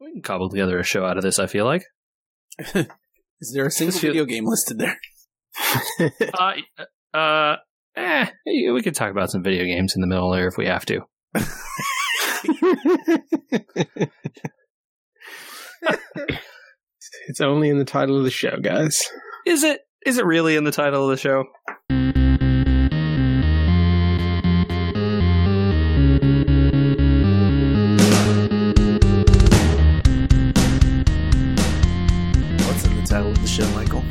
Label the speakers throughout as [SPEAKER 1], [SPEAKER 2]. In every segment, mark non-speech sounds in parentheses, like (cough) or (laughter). [SPEAKER 1] We can cobble together a show out of this, I feel (laughs) like.
[SPEAKER 2] Is
[SPEAKER 3] (laughs)
[SPEAKER 2] there a single
[SPEAKER 1] This feel-
[SPEAKER 2] video game listed there?
[SPEAKER 1] uh, uh, eh, yeah, we could talk about some video games in the middle there if we have to.
[SPEAKER 3] it's only in the title of the show, guys.
[SPEAKER 1] Is it? Is it really in the title of the show?
[SPEAKER 2] What's in the title of the show, Michael?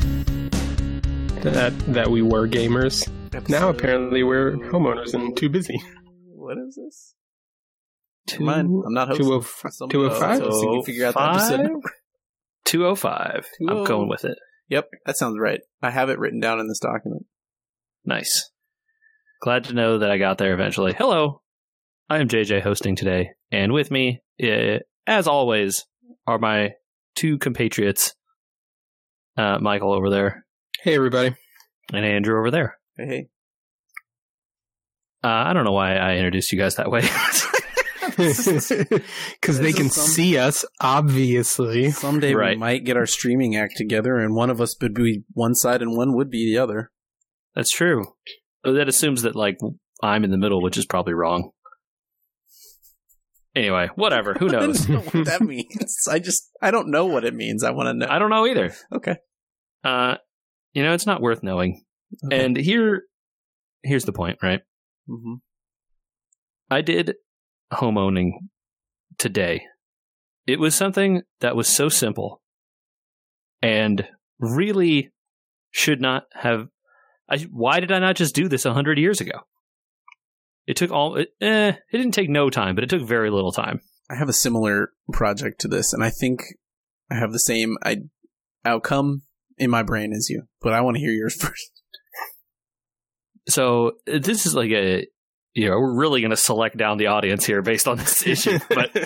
[SPEAKER 3] That that we were gamers. Now apparently we're homeowners and too busy.
[SPEAKER 2] What is this?
[SPEAKER 1] Two,
[SPEAKER 2] Mine. I'm not
[SPEAKER 3] Two
[SPEAKER 2] hoping.
[SPEAKER 3] oh f- two oh five?
[SPEAKER 2] So you can figure out the episode. number.
[SPEAKER 1] 205. I'm going with it.
[SPEAKER 2] Yep, that sounds right. I have it written down in this document.
[SPEAKER 1] Nice. Glad to know that I got there eventually. Hello. I am JJ hosting today, and with me, eh, as always, are my two compatriots, uh, Michael over there
[SPEAKER 2] (laughs)
[SPEAKER 3] Hey everybody. (laughs)
[SPEAKER 1] and Andrew over there.
[SPEAKER 2] Hey, hey.
[SPEAKER 1] Uh, I don't know why I introduced you guys that way. (laughs)
[SPEAKER 3] Because they
[SPEAKER 2] This
[SPEAKER 3] can
[SPEAKER 2] is some-
[SPEAKER 3] see us, obviously.
[SPEAKER 2] someday we
[SPEAKER 1] Right.
[SPEAKER 2] might get our streaming act together, and one of us would be one side, and one would be the other.
[SPEAKER 1] That's true. Oh, That assumes that like I'm in the middle, which is probably wrong. Anyway, whatever.
[SPEAKER 2] (laughs)
[SPEAKER 1] Who
[SPEAKER 2] I
[SPEAKER 1] knows?
[SPEAKER 2] don't know
[SPEAKER 1] (laughs)
[SPEAKER 2] what that means. I just I don't know what it means. I want to know.
[SPEAKER 1] I don't know either.
[SPEAKER 2] Okay.
[SPEAKER 1] Uh, you know, it's not worth knowing.
[SPEAKER 2] Okay.
[SPEAKER 1] And here, here's the point, right?
[SPEAKER 2] Mhm.
[SPEAKER 1] I did homeowning today. It was something that was so simple and really should not have. I, why did I not just do this 100 years ago? It took all, it, eh, it didn't take no time, but it took very little time.
[SPEAKER 2] I have a similar project to this, and I think I have the same I, outcome in my brain as you. But I want to hear yours (laughs) first.
[SPEAKER 1] So eh, this is like a, you know, we're really going to select down the audience here based on this issue, but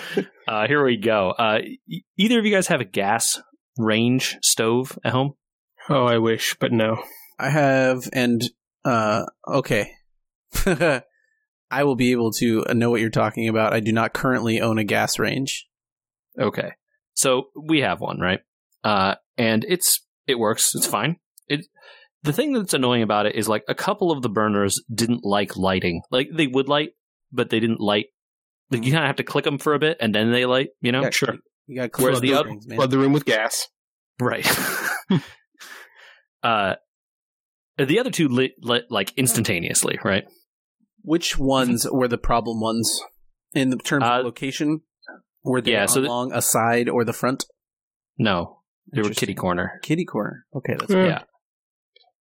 [SPEAKER 1] uh, here we go. Uh, e- either of you guys have a gas range stove at home?
[SPEAKER 3] (laughs) oh, I wish, but no.
[SPEAKER 2] I have, and uh, okay, (laughs) I will be able to uh, know what you're talking about. I do not currently own a gas range.
[SPEAKER 1] Okay. So we have one, right? Uh, and it's it works. It's fine. It the thing that's annoying about it is like a couple of the burners didn't like lighting. Like they would light, but they didn't light. Like you kind of have to click them for a bit, and then they light. You know?
[SPEAKER 2] Yeah,
[SPEAKER 3] sure.
[SPEAKER 2] You got
[SPEAKER 1] Where's the other-
[SPEAKER 2] man.
[SPEAKER 3] Flood the room with gas.
[SPEAKER 1] Right. (laughs) uh, the other two lit, lit like instantaneously, right?
[SPEAKER 2] Which ones were the problem ones in the terms
[SPEAKER 1] Uh,
[SPEAKER 2] of location? Were they
[SPEAKER 1] yeah, so the-
[SPEAKER 2] along a side or the front?
[SPEAKER 1] No, they were
[SPEAKER 2] Interesting.
[SPEAKER 1] kitty corner.
[SPEAKER 2] Kitty corner. Okay, that's
[SPEAKER 3] Yeah.
[SPEAKER 1] Yeah.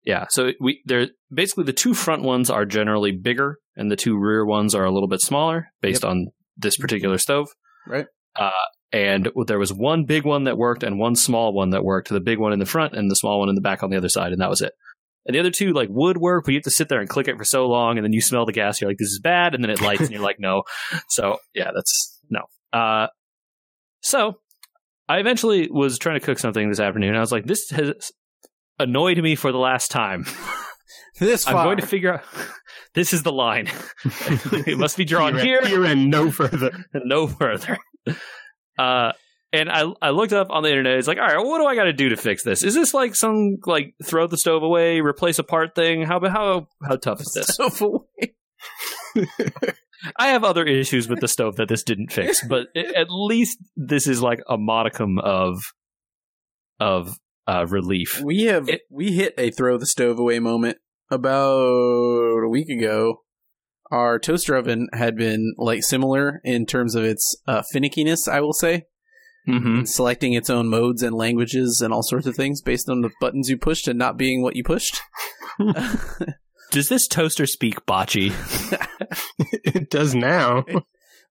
[SPEAKER 1] Yeah. So we there basically the two front ones are generally bigger and the two rear ones are a little bit smaller based on this particular stove.
[SPEAKER 2] Right.
[SPEAKER 1] Uh, and there was one big one that worked and one small one that worked. The big one in the front and the small one in the back on the other side, and that was it. And the other two like would work, but you have to sit there and click it for so long, and then you smell the gas. You're like, "This is bad," and then it lights, and you're like, "No." So yeah, that's no. Uh, so I eventually was trying to cook something this afternoon. and I was like, "This has annoyed me for the last time.
[SPEAKER 2] this
[SPEAKER 1] I'm (laughs) going to figure out. This is the
[SPEAKER 2] (laughs)
[SPEAKER 1] line. it must be drawn
[SPEAKER 3] Here
[SPEAKER 1] here,
[SPEAKER 3] and- here and no further.
[SPEAKER 1] and no further. Uh, and I I looked up on the internet. It's like, all right, what do I got to do to fix this? Is this like some like throw the stove away, replace a part thing? How how how tough is this? I have other issues with the stove that this didn't
[SPEAKER 2] (laughs)
[SPEAKER 1] fix, but a- at least this is like a modicum of of uh, relief.
[SPEAKER 2] we have
[SPEAKER 1] It-
[SPEAKER 2] we hit a throw the stove away moment about a week ago. Our toaster oven had been like similar in terms of its uh, finickiness, I will say,
[SPEAKER 1] Mm-hmm.
[SPEAKER 2] and selecting its own modes and languages and all sorts of things based on the buttons you pushed and not being what you pushed.
[SPEAKER 1] Does this toaster speak bocce?
[SPEAKER 3] (laughs) It does now. (laughs)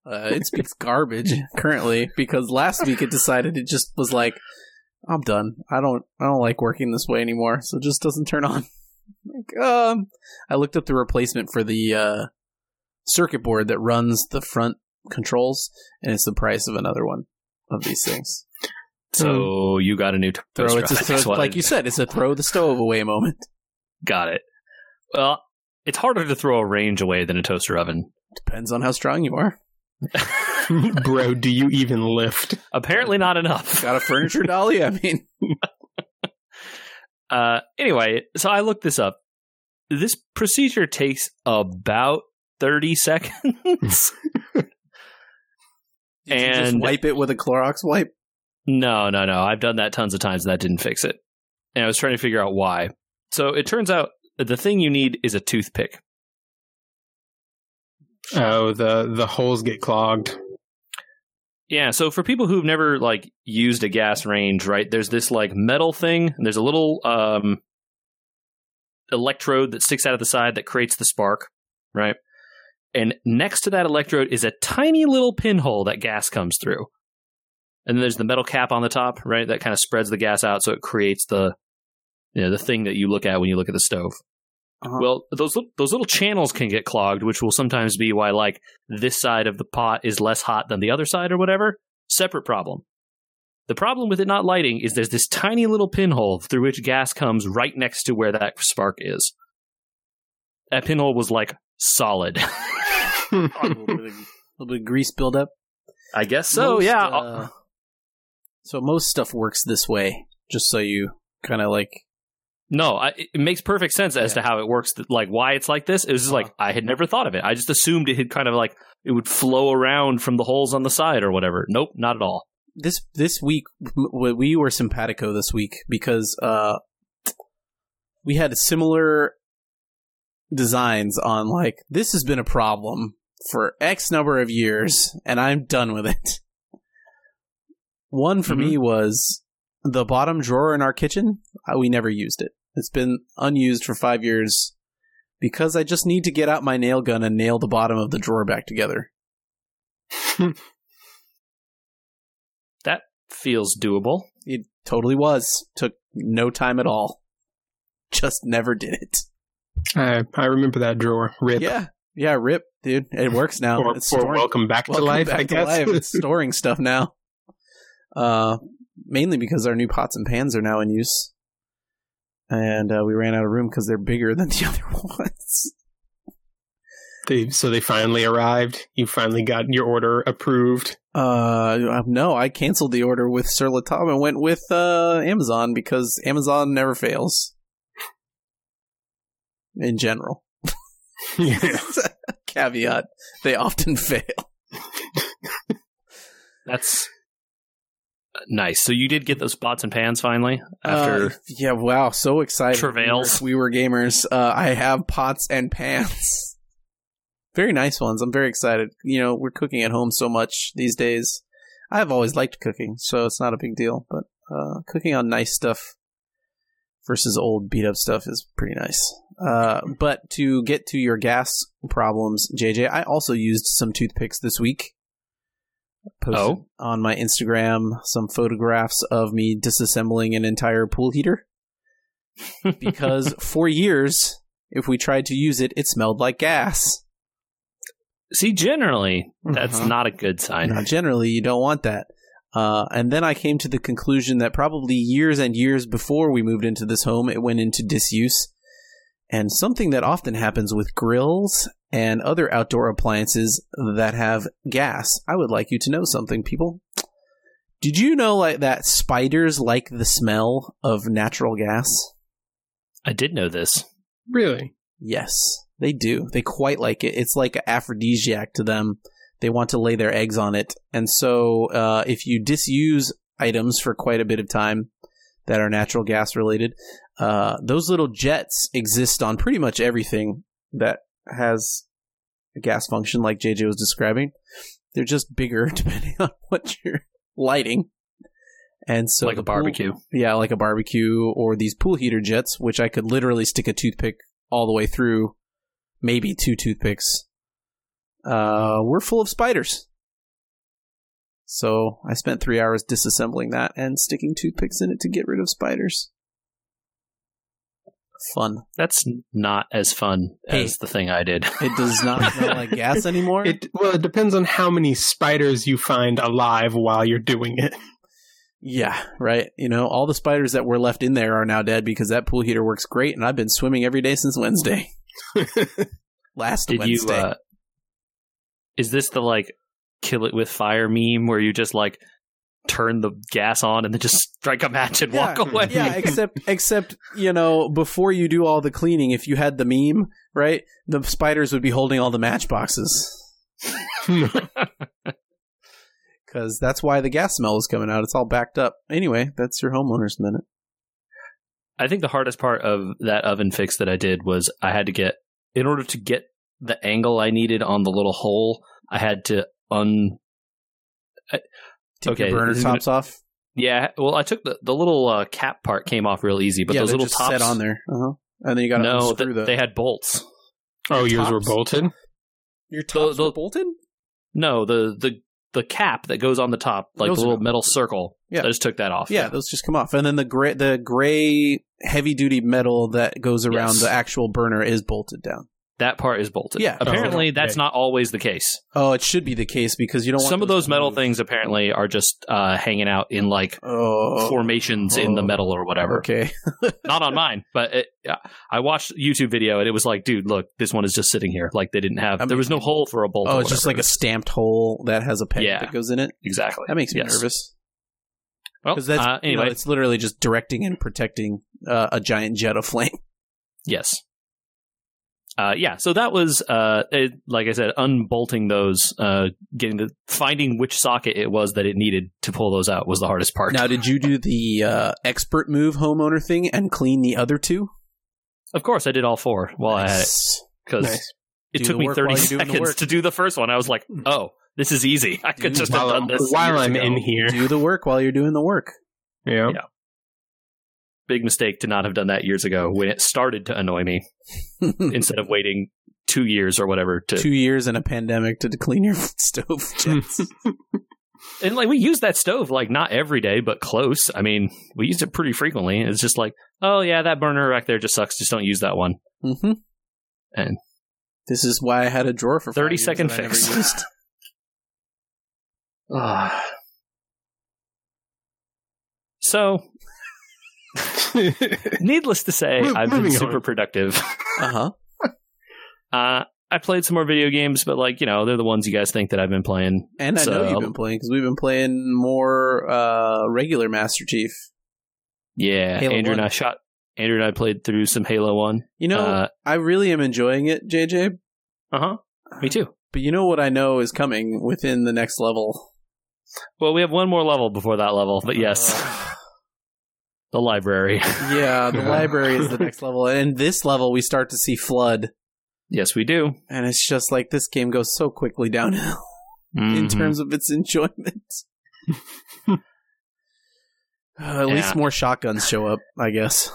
[SPEAKER 2] Uh, it speaks garbage currently because last week it decided it just was like, I'm done. I don't I don't like working this way anymore. So it just doesn't turn on. like, um, I looked up the replacement for the uh, circuit board that runs the front controls, and it's the price of another one of these things.
[SPEAKER 1] So you got a new toaster.
[SPEAKER 2] Hmm.
[SPEAKER 1] (laughs)
[SPEAKER 2] Throw it's a (laughs)
[SPEAKER 1] oven. That's
[SPEAKER 2] throw,
[SPEAKER 1] what
[SPEAKER 2] like
[SPEAKER 1] I-
[SPEAKER 2] you said, it's a throw the stove away moment.
[SPEAKER 1] got it. Well, it's harder to throw a range away than a toaster oven.
[SPEAKER 2] Depends on how strong you are.
[SPEAKER 3] Bro, do you
[SPEAKER 2] (laughs)
[SPEAKER 3] even lift?
[SPEAKER 1] Apparently not enough.
[SPEAKER 2] Got
[SPEAKER 1] (laughs)
[SPEAKER 2] a furniture dolly? I mean,
[SPEAKER 1] Uh, anyway, so I looked this up. This procedure takes about 30 seconds. (laughs)
[SPEAKER 2] did you just
[SPEAKER 1] And-
[SPEAKER 2] wipe it with a Clorox wipe.
[SPEAKER 1] no, no, no. I've done that tons of times and that didn't fix it. And I was trying to figure out why. So it turns out that the thing you need is a toothpick.
[SPEAKER 3] Oh, the the holes
[SPEAKER 2] (laughs)
[SPEAKER 3] get clogged. (laughs)
[SPEAKER 1] Yeah, so for people who've never like used a gas range, right? There's this like metal thing, and there's a little um electrode that sticks out of the side that creates the spark, right? And next to that electrode is a tiny little pinhole that gas comes through. And then there's the metal cap on the top, right? That kind of spreads the gas out so it creates the you know, the thing that you look at when you look at the stove.
[SPEAKER 2] Uh-huh.
[SPEAKER 1] Well, those lit- those little channels can get clogged, which will sometimes be why like this side of the pot is less hot than the other side or whatever. Separate problem. The problem with it not lighting is there's this tiny little pinhole through which gas comes right next to where that spark is. That pinhole was like solid. (laughs)
[SPEAKER 2] a little bit of, little bit of grease buildup.
[SPEAKER 1] I guess so.
[SPEAKER 2] Most,
[SPEAKER 1] yeah.
[SPEAKER 2] uh, so most stuff works this way, just so you kind of like
[SPEAKER 1] no, I, it makes perfect sense as
[SPEAKER 2] Yeah.
[SPEAKER 1] to how it works. th- Like why it's like this. It was just like
[SPEAKER 2] Uh-huh.
[SPEAKER 1] I had never thought of it. I just assumed it had kind of like it would flow around from the holes on the side or whatever. Nope, not at all.
[SPEAKER 2] this this week w- w- we were simpatico this week because uh we had similar designs on like this has been a problem for x number of years and i'm done with it one for me was the bottom drawer in our kitchen uh, we never used it it's been unused for five years because i just need to get out my nail gun and nail the bottom of the drawer back together
[SPEAKER 1] feels doable.
[SPEAKER 2] It totally was. Took no time at all. Just never did it.
[SPEAKER 3] I I remember that drawer. Rip.
[SPEAKER 2] Yeah. Yeah, rip, dude. It works now.
[SPEAKER 3] or,
[SPEAKER 2] it's
[SPEAKER 3] or
[SPEAKER 2] storing,
[SPEAKER 3] welcome back to
[SPEAKER 2] welcome
[SPEAKER 3] life,
[SPEAKER 2] back
[SPEAKER 3] I
[SPEAKER 2] to
[SPEAKER 3] guess. (laughs)
[SPEAKER 2] life. It's storing stuff now. Uh mainly because our new pots and pans are now in use. And uh, we ran out of room because they're bigger than the (laughs) other ones.
[SPEAKER 3] they, so they finally arrived. You finally got your order
[SPEAKER 2] (laughs)
[SPEAKER 3] approved.
[SPEAKER 2] Uh, no, I canceled the order with Sir Latam and went with uh, Amazon because Amazon never fails. In general.
[SPEAKER 3] Yeah.
[SPEAKER 2] (laughs) caveat they often fail
[SPEAKER 1] That's uh, nice. So you did get those pots and pans finally after.
[SPEAKER 2] Uh, yeah wow so excited
[SPEAKER 1] Travails.
[SPEAKER 2] we were, we were gamers uh, i have pots and pans very nice ones i'm very excited you know we're cooking at home so much these days i've always liked cooking so it's not a big deal but uh, cooking on nice stuff versus old beat up stuff is pretty nice uh, but to get to your gas problems jj i also used some toothpicks this week posted
[SPEAKER 1] Oh.
[SPEAKER 2] on my instagram some photographs of me disassembling an entire pool heater because for years, if we tried to use it, it smelled like gas.
[SPEAKER 1] See, generally, that's
[SPEAKER 2] Uh-huh.
[SPEAKER 1] not a good sign.
[SPEAKER 2] Now, generally, you don't want that. Uh, and then I came to the conclusion that probably years and years before we moved into this home, it went into disuse. And something that often happens with grills and other outdoor appliances that have gas. I would like you to know something, people. Did you know like that spiders like the smell of natural gas?
[SPEAKER 1] I did know this.
[SPEAKER 3] really?
[SPEAKER 2] Yes, they do. They quite like it. It's like an aphrodisiac to them. They want to lay their eggs on it. And so, uh, if you disuse items for quite a bit of time that are natural gas related, uh, those little jets exist on pretty much everything that has a gas function, like JJ was describing. They're just bigger (laughs) depending on what you're lighting. And so,
[SPEAKER 1] like a
[SPEAKER 2] the pool-
[SPEAKER 1] barbecue.
[SPEAKER 2] yeah, like a barbecue or these pool heater jets, which I could literally stick a toothpick all the way through, maybe two toothpicks. Uh, we're full of spiders. So I spent three hours disassembling that and sticking toothpicks in it to get rid of spiders. Fun.
[SPEAKER 1] That's not as fun
[SPEAKER 2] Hey.
[SPEAKER 1] as the thing I did.
[SPEAKER 2] It does not smell like (laughs) gas anymore.
[SPEAKER 3] It well, it depends on how many spiders you find alive while you're doing it.
[SPEAKER 2] Yeah, right. You know, all the spiders that were left in there are now dead because that pool heater works great, and I've been swimming every day since Wednesday. uh, Last
[SPEAKER 1] did you?
[SPEAKER 2] Wednesday.
[SPEAKER 1] Uh, is this the like kill it with fire meme where you just like turn the gas on and then just strike a match and walk (laughs) away.
[SPEAKER 2] (laughs) Yeah, except except you know before you do all the cleaning, if you had the meme right, the spiders would be holding all the matchboxes because that's why the gas smell is coming out. It's all backed up. Anyway, that's your homeowner's minute.
[SPEAKER 1] I think the hardest part of that oven fix that I did was I had to get in order to get the angle I needed on the little hole, I had to un
[SPEAKER 2] Take
[SPEAKER 1] Okay,
[SPEAKER 2] your burner
[SPEAKER 1] this is gonna-
[SPEAKER 2] tops off.
[SPEAKER 1] yeah, well I took the the little uh, cap part came off real easy, but
[SPEAKER 2] yeah,
[SPEAKER 1] those
[SPEAKER 2] they're
[SPEAKER 1] little
[SPEAKER 2] just
[SPEAKER 1] tops
[SPEAKER 2] set on there, uh-huh. and then you got to
[SPEAKER 1] no,
[SPEAKER 2] unscrew
[SPEAKER 1] th-
[SPEAKER 2] the
[SPEAKER 1] they had bolts.
[SPEAKER 3] oh, yours were
[SPEAKER 2] Tops?
[SPEAKER 3] bolted.
[SPEAKER 2] your tops
[SPEAKER 1] the-
[SPEAKER 2] were bolted.
[SPEAKER 1] No, the the the cap that goes on the top, like
[SPEAKER 2] Those
[SPEAKER 1] the
[SPEAKER 2] are
[SPEAKER 1] little
[SPEAKER 2] not-
[SPEAKER 1] metal circle.
[SPEAKER 2] Yeah.
[SPEAKER 1] I just took that off.
[SPEAKER 2] Yeah, those just come off, and then the gray the gray heavy duty metal that goes around
[SPEAKER 1] Yes.
[SPEAKER 2] the actual burner is bolted down.
[SPEAKER 1] That part is bolted.
[SPEAKER 2] Yeah.
[SPEAKER 1] Apparently
[SPEAKER 3] Oh, okay.
[SPEAKER 1] that's not always the case.
[SPEAKER 2] Oh, it should be the case because you don't want
[SPEAKER 1] Some of those
[SPEAKER 2] to
[SPEAKER 1] metal
[SPEAKER 2] move.
[SPEAKER 1] things apparently are just uh, hanging out in like
[SPEAKER 2] Oh,
[SPEAKER 1] formations in the
[SPEAKER 2] Oh.
[SPEAKER 1] metal or whatever.
[SPEAKER 2] Okay.
[SPEAKER 1] Not on mine, but it, yeah. I watched YouTube video and it was like, dude, look, this one is just sitting here. Like they didn't have,
[SPEAKER 2] I mean-
[SPEAKER 1] there was no hole for a bolt.
[SPEAKER 2] Oh,
[SPEAKER 1] or
[SPEAKER 2] it's just like
[SPEAKER 1] whatever.
[SPEAKER 2] a stamped hole that has a peg
[SPEAKER 1] Yeah.
[SPEAKER 2] that goes in it.
[SPEAKER 1] exactly.
[SPEAKER 2] That makes me
[SPEAKER 1] Yes.
[SPEAKER 2] nervous
[SPEAKER 1] Well,
[SPEAKER 2] because that's
[SPEAKER 1] uh,
[SPEAKER 2] you know,
[SPEAKER 1] anyway,
[SPEAKER 2] it's literally just directing and protecting uh, a giant jet of flame.
[SPEAKER 1] yes. Uh, yeah, so that was uh, it, like I said, unbolting those, uh, getting the finding which socket it was that it needed to pull those out was the hardest part.
[SPEAKER 2] Now, did you do the uh, expert move homeowner thing and clean the other two?
[SPEAKER 1] of course, I did all four while I had it
[SPEAKER 2] Nice.
[SPEAKER 1] because
[SPEAKER 3] Nice.
[SPEAKER 1] it
[SPEAKER 2] Do
[SPEAKER 1] took
[SPEAKER 2] the
[SPEAKER 1] me
[SPEAKER 2] work
[SPEAKER 1] thirty
[SPEAKER 2] while you're doing the
[SPEAKER 1] seconds
[SPEAKER 2] work.
[SPEAKER 1] to do the first one. I was like, oh, this is easy. I could
[SPEAKER 2] Dude,
[SPEAKER 1] just have
[SPEAKER 3] While,
[SPEAKER 1] done this
[SPEAKER 3] while
[SPEAKER 1] years
[SPEAKER 3] I'm
[SPEAKER 1] ago.
[SPEAKER 3] in here,
[SPEAKER 2] Do the work while you're doing the work.
[SPEAKER 1] (laughs)
[SPEAKER 2] (laughs)
[SPEAKER 3] yeah.
[SPEAKER 1] Yeah. big mistake to not have done that years ago when it started to annoy me instead of waiting two years or whatever to
[SPEAKER 2] Two years in a pandemic to clean your (laughs) stove
[SPEAKER 1] Hmm.
[SPEAKER 2] jets.
[SPEAKER 1] and like we use that stove like not every day but close i mean we used it pretty frequently it's just like oh yeah that burner back there just sucks just don't use that one (sighs)
[SPEAKER 2] mm-hmm.
[SPEAKER 1] And-
[SPEAKER 2] this is why I had a drawer for five
[SPEAKER 1] 30
[SPEAKER 2] years
[SPEAKER 1] second
[SPEAKER 2] that I never
[SPEAKER 1] fix. (laughs)
[SPEAKER 2] used.
[SPEAKER 1] so
[SPEAKER 3] (laughs)
[SPEAKER 1] needless to say
[SPEAKER 3] Mo-
[SPEAKER 1] i've been
[SPEAKER 3] moving on.
[SPEAKER 1] super productive (laughs)
[SPEAKER 2] Uh huh.
[SPEAKER 1] uh, i played some more video games but like you know they're the ones you guys think that i've been playing
[SPEAKER 2] And I
[SPEAKER 1] So-
[SPEAKER 2] know you've been playing because we've been playing more uh, regular Master Chief.
[SPEAKER 1] yeah
[SPEAKER 2] Halo
[SPEAKER 1] andrew and
[SPEAKER 2] 1.
[SPEAKER 1] i shot andrew and i played through some halo 1
[SPEAKER 2] You know,
[SPEAKER 1] uh,
[SPEAKER 2] I really am enjoying it, JJ.
[SPEAKER 1] uh-huh me too
[SPEAKER 2] But you know what I know is coming within the next level.
[SPEAKER 1] Well, we have one more level before that level, but yes,
[SPEAKER 2] Uh.
[SPEAKER 1] (laughs) the library. (laughs)
[SPEAKER 2] yeah, the
[SPEAKER 3] Yeah.
[SPEAKER 2] library is the next level, and this level we start to see flood,
[SPEAKER 1] yes, we do.
[SPEAKER 2] and it's just like this game goes so quickly downhill. in
[SPEAKER 1] Mhm.
[SPEAKER 2] terms of its (laughs) enjoyment.
[SPEAKER 1] (laughs)
[SPEAKER 2] Uh, at
[SPEAKER 1] Yeah.
[SPEAKER 2] least more shotguns show up, I guess.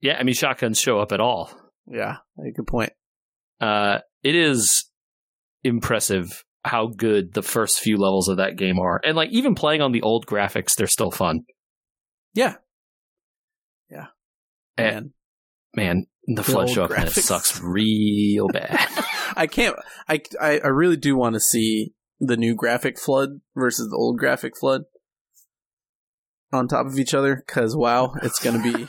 [SPEAKER 1] yeah, I mean, shotguns show up at all.
[SPEAKER 2] Yeah, a good point.
[SPEAKER 1] Uh, it is impressive how good the first few levels of that game are, and like even playing on the old graphics, they're still fun.
[SPEAKER 2] Yeah. Yeah.
[SPEAKER 1] And-
[SPEAKER 2] Man,
[SPEAKER 1] man, the flood
[SPEAKER 2] old
[SPEAKER 1] show up and it
[SPEAKER 2] graphics.
[SPEAKER 1] sucks real bad.
[SPEAKER 2] I can't. I I, I really do want to see the new graphic flood versus the old graphic flood on top of each other. Because wow, it's
[SPEAKER 1] (laughs)
[SPEAKER 2] gonna be.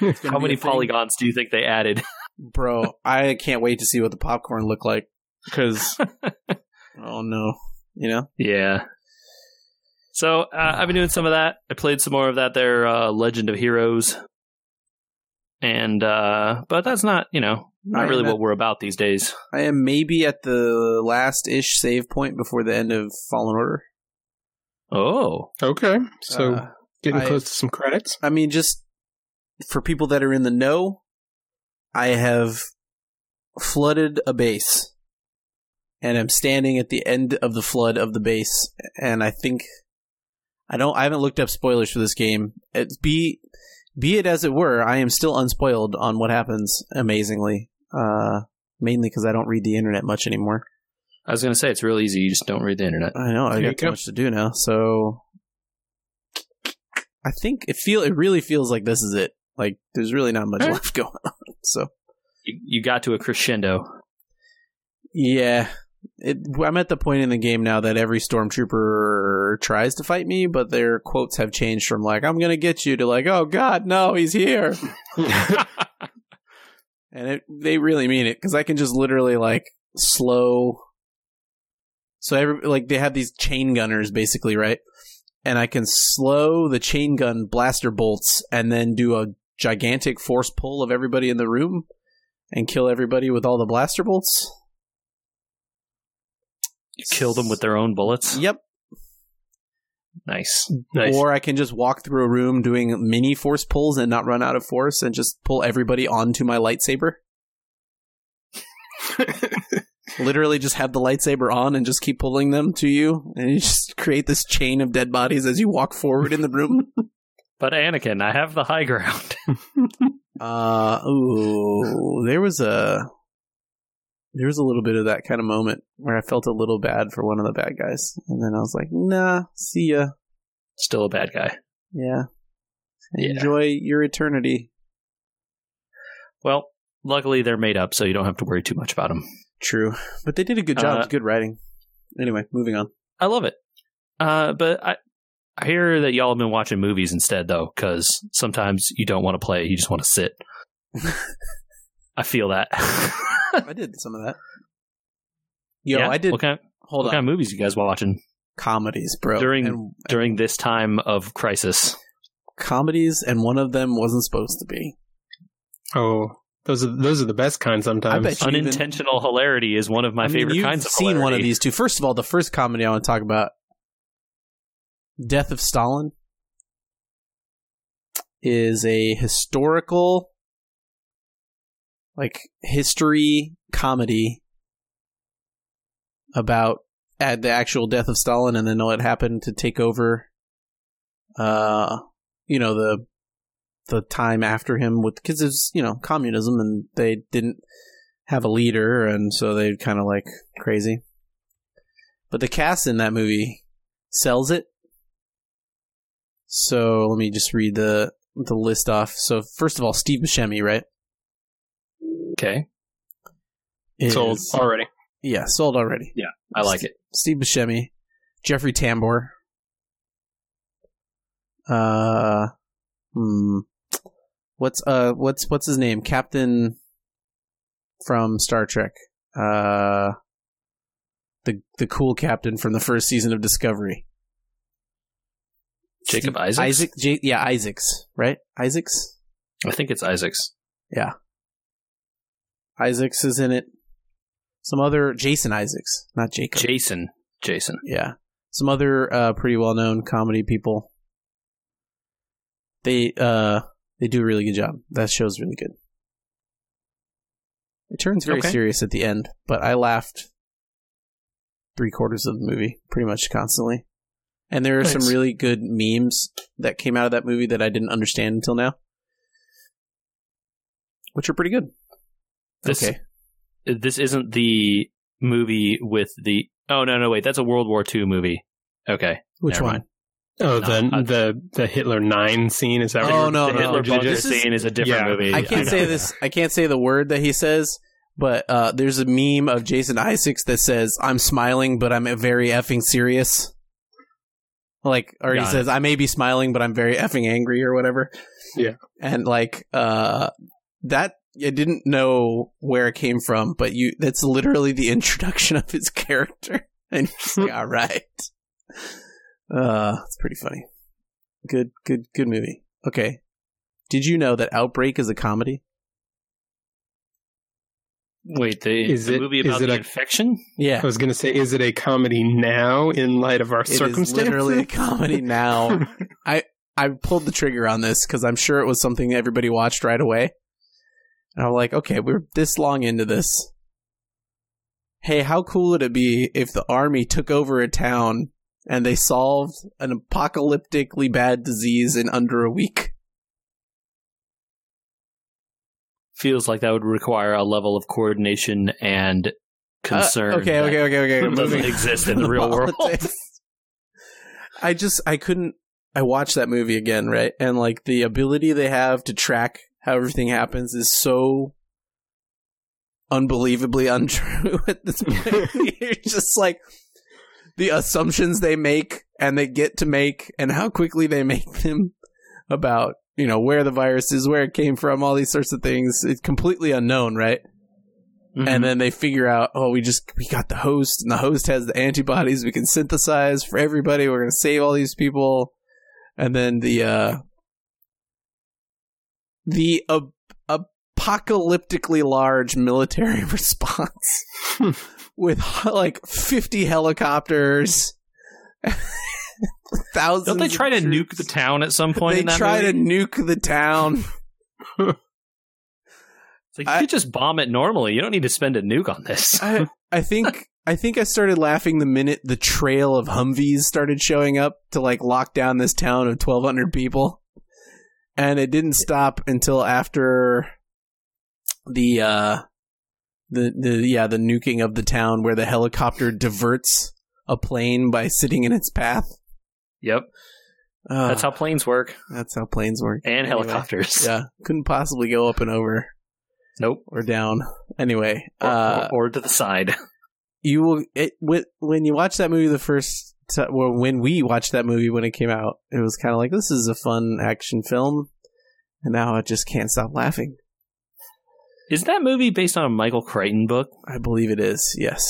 [SPEAKER 2] (laughs) it's gonna
[SPEAKER 1] how
[SPEAKER 2] be
[SPEAKER 1] many
[SPEAKER 2] a thing.
[SPEAKER 1] polygons do you think they added?
[SPEAKER 2] bro? I can't wait to see what the popcorn look like. Because oh no, you know.
[SPEAKER 1] Yeah. So uh, I've been doing some of that. I played some more of that there, uh, Legend of Heroes, and uh, but that's not you know not
[SPEAKER 2] Right,
[SPEAKER 1] really
[SPEAKER 2] that-
[SPEAKER 1] what we're about these days.
[SPEAKER 2] I am maybe at the last ish save point before the end of Fallen Order.
[SPEAKER 1] Oh,
[SPEAKER 3] Okay, so
[SPEAKER 2] Uh,
[SPEAKER 3] getting
[SPEAKER 2] I-
[SPEAKER 3] close to some credits.
[SPEAKER 2] I mean, just for people that are in the know, I have flooded a base, and I'm standing at the end of the flood of the base, and I think I don't. I haven't looked up spoilers for this game. It's be be it as it were, I am still unspoiled on what happens. Amazingly, uh, mainly because I don't read the internet much anymore.
[SPEAKER 1] I was gonna say it's real easy. You just don't read the internet.
[SPEAKER 2] I know I
[SPEAKER 3] There
[SPEAKER 2] got
[SPEAKER 3] you
[SPEAKER 2] too
[SPEAKER 3] go.
[SPEAKER 2] much to do now, so I think it feel it really feels like this is it. Like there's really not much
[SPEAKER 3] Alright.
[SPEAKER 2] left (laughs) going on. So
[SPEAKER 1] You, you got to a crescendo.
[SPEAKER 2] yeah, it, I'm at the point in the game now that every stormtrooper tries to fight me, but their quotes have changed from like "I'm gonna get you" to like "Oh God, no, he's here," and it, they really mean it because I can just literally like slow So every like they have these chain gunners basically, right? And I can slow the chain gun blaster bolts and then do a gigantic force pull of everybody in the room and kill everybody with all the blaster bolts.
[SPEAKER 1] You kill them with their own bullets.
[SPEAKER 2] Yep.
[SPEAKER 1] Nice.
[SPEAKER 3] Nice.
[SPEAKER 2] Or I can just walk through a room doing mini force pulls and not run out of force and just pull everybody onto my lightsaber. Literally just have the lightsaber on and just keep pulling them to you and you just create this chain of dead bodies as you walk forward in the room.
[SPEAKER 1] But Anakin, I have the high (laughs) ground.
[SPEAKER 2] Uh ooh, there was a there was a little bit of that kind of moment where I felt a little bad for one of the bad guys and then I was like, "Nah, see ya."
[SPEAKER 1] Still a bad guy.
[SPEAKER 2] Yeah.
[SPEAKER 1] Yeah.
[SPEAKER 2] Enjoy your eternity.
[SPEAKER 1] Well, luckily they're made up, so you don't have to worry too much about them.
[SPEAKER 2] True, but they did a good job.
[SPEAKER 1] Uh,
[SPEAKER 2] It's good writing. Anyway, moving on.
[SPEAKER 1] I love it. Uh, but I, I hear that y'all have been watching movies instead, though, because sometimes you don't want to play, you just want to
[SPEAKER 2] (laughs)
[SPEAKER 1] sit. I feel that.
[SPEAKER 2] I did some of that. Yo,
[SPEAKER 1] Yeah?
[SPEAKER 2] I did.
[SPEAKER 1] What kind,
[SPEAKER 2] hold
[SPEAKER 1] what
[SPEAKER 2] on,
[SPEAKER 1] kind of movies you guys watching
[SPEAKER 2] comedies, bro.
[SPEAKER 1] During-
[SPEAKER 2] and,
[SPEAKER 1] during this time of crisis?
[SPEAKER 2] comedies, and one of them wasn't supposed to be.
[SPEAKER 3] Oh, those are those are the best kind. Sometimes
[SPEAKER 2] I bet you even-
[SPEAKER 1] Unintentional hilarity is one of my
[SPEAKER 2] I mean,
[SPEAKER 1] favorite
[SPEAKER 2] you've
[SPEAKER 1] kinds of
[SPEAKER 2] seen one of
[SPEAKER 1] hilarity.
[SPEAKER 2] these two. First of all, the first comedy I want to talk about, Death of Stalin, is a historical, like history comedy about at the actual death of Stalin and then what happened to take over, uh, you know the the time after him with because it's you know communism and they didn't have a leader, and so they kind of like crazy. But the cast in that movie sells it. So let me just read the the list off. So first of all, Steve Buscemi, right?
[SPEAKER 1] Okay,
[SPEAKER 3] it's old
[SPEAKER 2] Is-
[SPEAKER 3] already.
[SPEAKER 2] Yeah, sold already.
[SPEAKER 1] I like it.
[SPEAKER 2] Steve Buscemi, Jeffrey Tambor. Uh, hmm. What's uh, what's what's his name? Captain from Star Trek. Uh, the the cool captain from the first season of Discovery.
[SPEAKER 1] Jacob
[SPEAKER 2] Steve-
[SPEAKER 1] Isaacs?
[SPEAKER 2] Isaac, J- yeah, Isaacs, right? Isaacs.
[SPEAKER 1] I think it's Isaac's.
[SPEAKER 2] Isaacs is in it. Some other Jason Isaacs, not Jacob.
[SPEAKER 1] Jason. Jason.
[SPEAKER 2] Yeah. Some other uh, pretty well known comedy people. They uh they do a really good job. That show's really good. It turns very
[SPEAKER 1] Okay.
[SPEAKER 2] serious at the end, but I laughed three quarters of the movie pretty much constantly. And there are some
[SPEAKER 3] Nice.
[SPEAKER 2] really good memes that came out of that movie that I didn't understand until now. Which are pretty good.
[SPEAKER 1] This-
[SPEAKER 2] okay.
[SPEAKER 1] This isn't the movie with the. Oh, no, no, wait. That's a World War II movie. Okay.
[SPEAKER 2] Which
[SPEAKER 1] never
[SPEAKER 2] one?
[SPEAKER 1] mind.
[SPEAKER 3] Oh,
[SPEAKER 1] No,
[SPEAKER 3] the
[SPEAKER 1] I-
[SPEAKER 3] the the Hitler Nine scene is that? what
[SPEAKER 2] Oh,
[SPEAKER 3] you're-
[SPEAKER 2] no,
[SPEAKER 1] the
[SPEAKER 3] the
[SPEAKER 2] no.
[SPEAKER 1] Hitler
[SPEAKER 3] Hitler
[SPEAKER 1] bunker
[SPEAKER 2] This is-
[SPEAKER 1] scene is a different
[SPEAKER 3] Yeah.
[SPEAKER 1] movie.
[SPEAKER 2] I can't
[SPEAKER 1] know.
[SPEAKER 2] say this. I can't say the word that he says, but uh, there's a meme of Jason Isaacs that says, "I'm smiling, but I'm very effing serious." Like, or he
[SPEAKER 1] Got it.
[SPEAKER 2] says, "I may be smiling, but I'm very effing angry," or whatever.
[SPEAKER 3] Yeah.
[SPEAKER 2] And like uh, that, I didn't know where it came from, but you that's literally the (laughs) introduction of his character, (laughs) and he's like, "All right." Uh, it's pretty funny. Good, good, good movie. Okay. Did you know that Outbreak is a comedy?
[SPEAKER 1] (laughs) Wait, the,
[SPEAKER 3] Is
[SPEAKER 1] the
[SPEAKER 3] it-
[SPEAKER 1] movie
[SPEAKER 3] is
[SPEAKER 1] about
[SPEAKER 3] it
[SPEAKER 1] the
[SPEAKER 3] a-
[SPEAKER 1] infection?
[SPEAKER 2] Yeah.
[SPEAKER 3] I was gonna say, is it a comedy now in light of our
[SPEAKER 2] It is
[SPEAKER 3] circumstances?
[SPEAKER 2] literally a comedy now. (laughs) I pulled the trigger on this because I'm sure it was something everybody watched right away. And I'm like, okay, we're this long into this. Hey, how cool would it be if the army took over a town and they solved an apocalyptically bad disease in under a week?
[SPEAKER 1] Feels like that would require a level of coordination and
[SPEAKER 2] Uh,
[SPEAKER 1] concern.
[SPEAKER 2] okay,
[SPEAKER 1] that
[SPEAKER 2] okay, okay, okay. (laughs)
[SPEAKER 1] Doesn't
[SPEAKER 2] moving
[SPEAKER 1] exist in the
[SPEAKER 2] on (laughs)
[SPEAKER 1] real world.
[SPEAKER 2] politics. I just I couldn't. I watched that movie again, right? And like the ability they have to track how everything happens is so unbelievably (laughs) untrue at this
[SPEAKER 1] (laughs)
[SPEAKER 2] point. You're just like the assumptions they make and they get to make and how quickly they make them about you know where the virus is, where it came from, all these sorts of things. It's completely unknown, right?
[SPEAKER 1] Mhm.
[SPEAKER 2] and then they figure out, oh, we just we got the host, and the host has the antibodies we can synthesize for everybody. We're gonna save all these people, and then the uh, the ap- apocalyptically large military
[SPEAKER 1] (laughs)
[SPEAKER 2] (laughs) response with like fifty helicopters, thousands.
[SPEAKER 1] don't they
[SPEAKER 2] of
[SPEAKER 1] try to
[SPEAKER 2] troops.
[SPEAKER 1] nuke the town at some point?
[SPEAKER 2] They
[SPEAKER 1] in that
[SPEAKER 2] try
[SPEAKER 1] movie?
[SPEAKER 2] to nuke the town.
[SPEAKER 1] It's like you
[SPEAKER 2] I-
[SPEAKER 1] could just bomb it normally. You don't need to spend a nuke on
[SPEAKER 2] (laughs)
[SPEAKER 1] this. (laughs)
[SPEAKER 2] I I think I think I started laughing the minute the trail of Humvees started showing up to like lock down this town of twelve hundred people, and it didn't stop until after the uh the the yeah the nuking of the town where the helicopter diverts a plane by sitting in its path.
[SPEAKER 1] Yep,
[SPEAKER 2] Uh,
[SPEAKER 1] that's how planes work
[SPEAKER 2] that's how planes work
[SPEAKER 1] and
[SPEAKER 2] Anyway,
[SPEAKER 1] helicopters.
[SPEAKER 2] Yeah, couldn't possibly go up and over
[SPEAKER 1] (laughs) Nope,
[SPEAKER 2] or down. Anyway,
[SPEAKER 1] or,
[SPEAKER 2] uh,
[SPEAKER 1] or, or to the side. (laughs)
[SPEAKER 2] you will it when when you watch that movie the first time well, when we watched that movie when it came out it was kind of like this is a fun action film and now i just can't stop laughing
[SPEAKER 1] Is that movie based on a Michael Crichton book?
[SPEAKER 2] i believe it is yes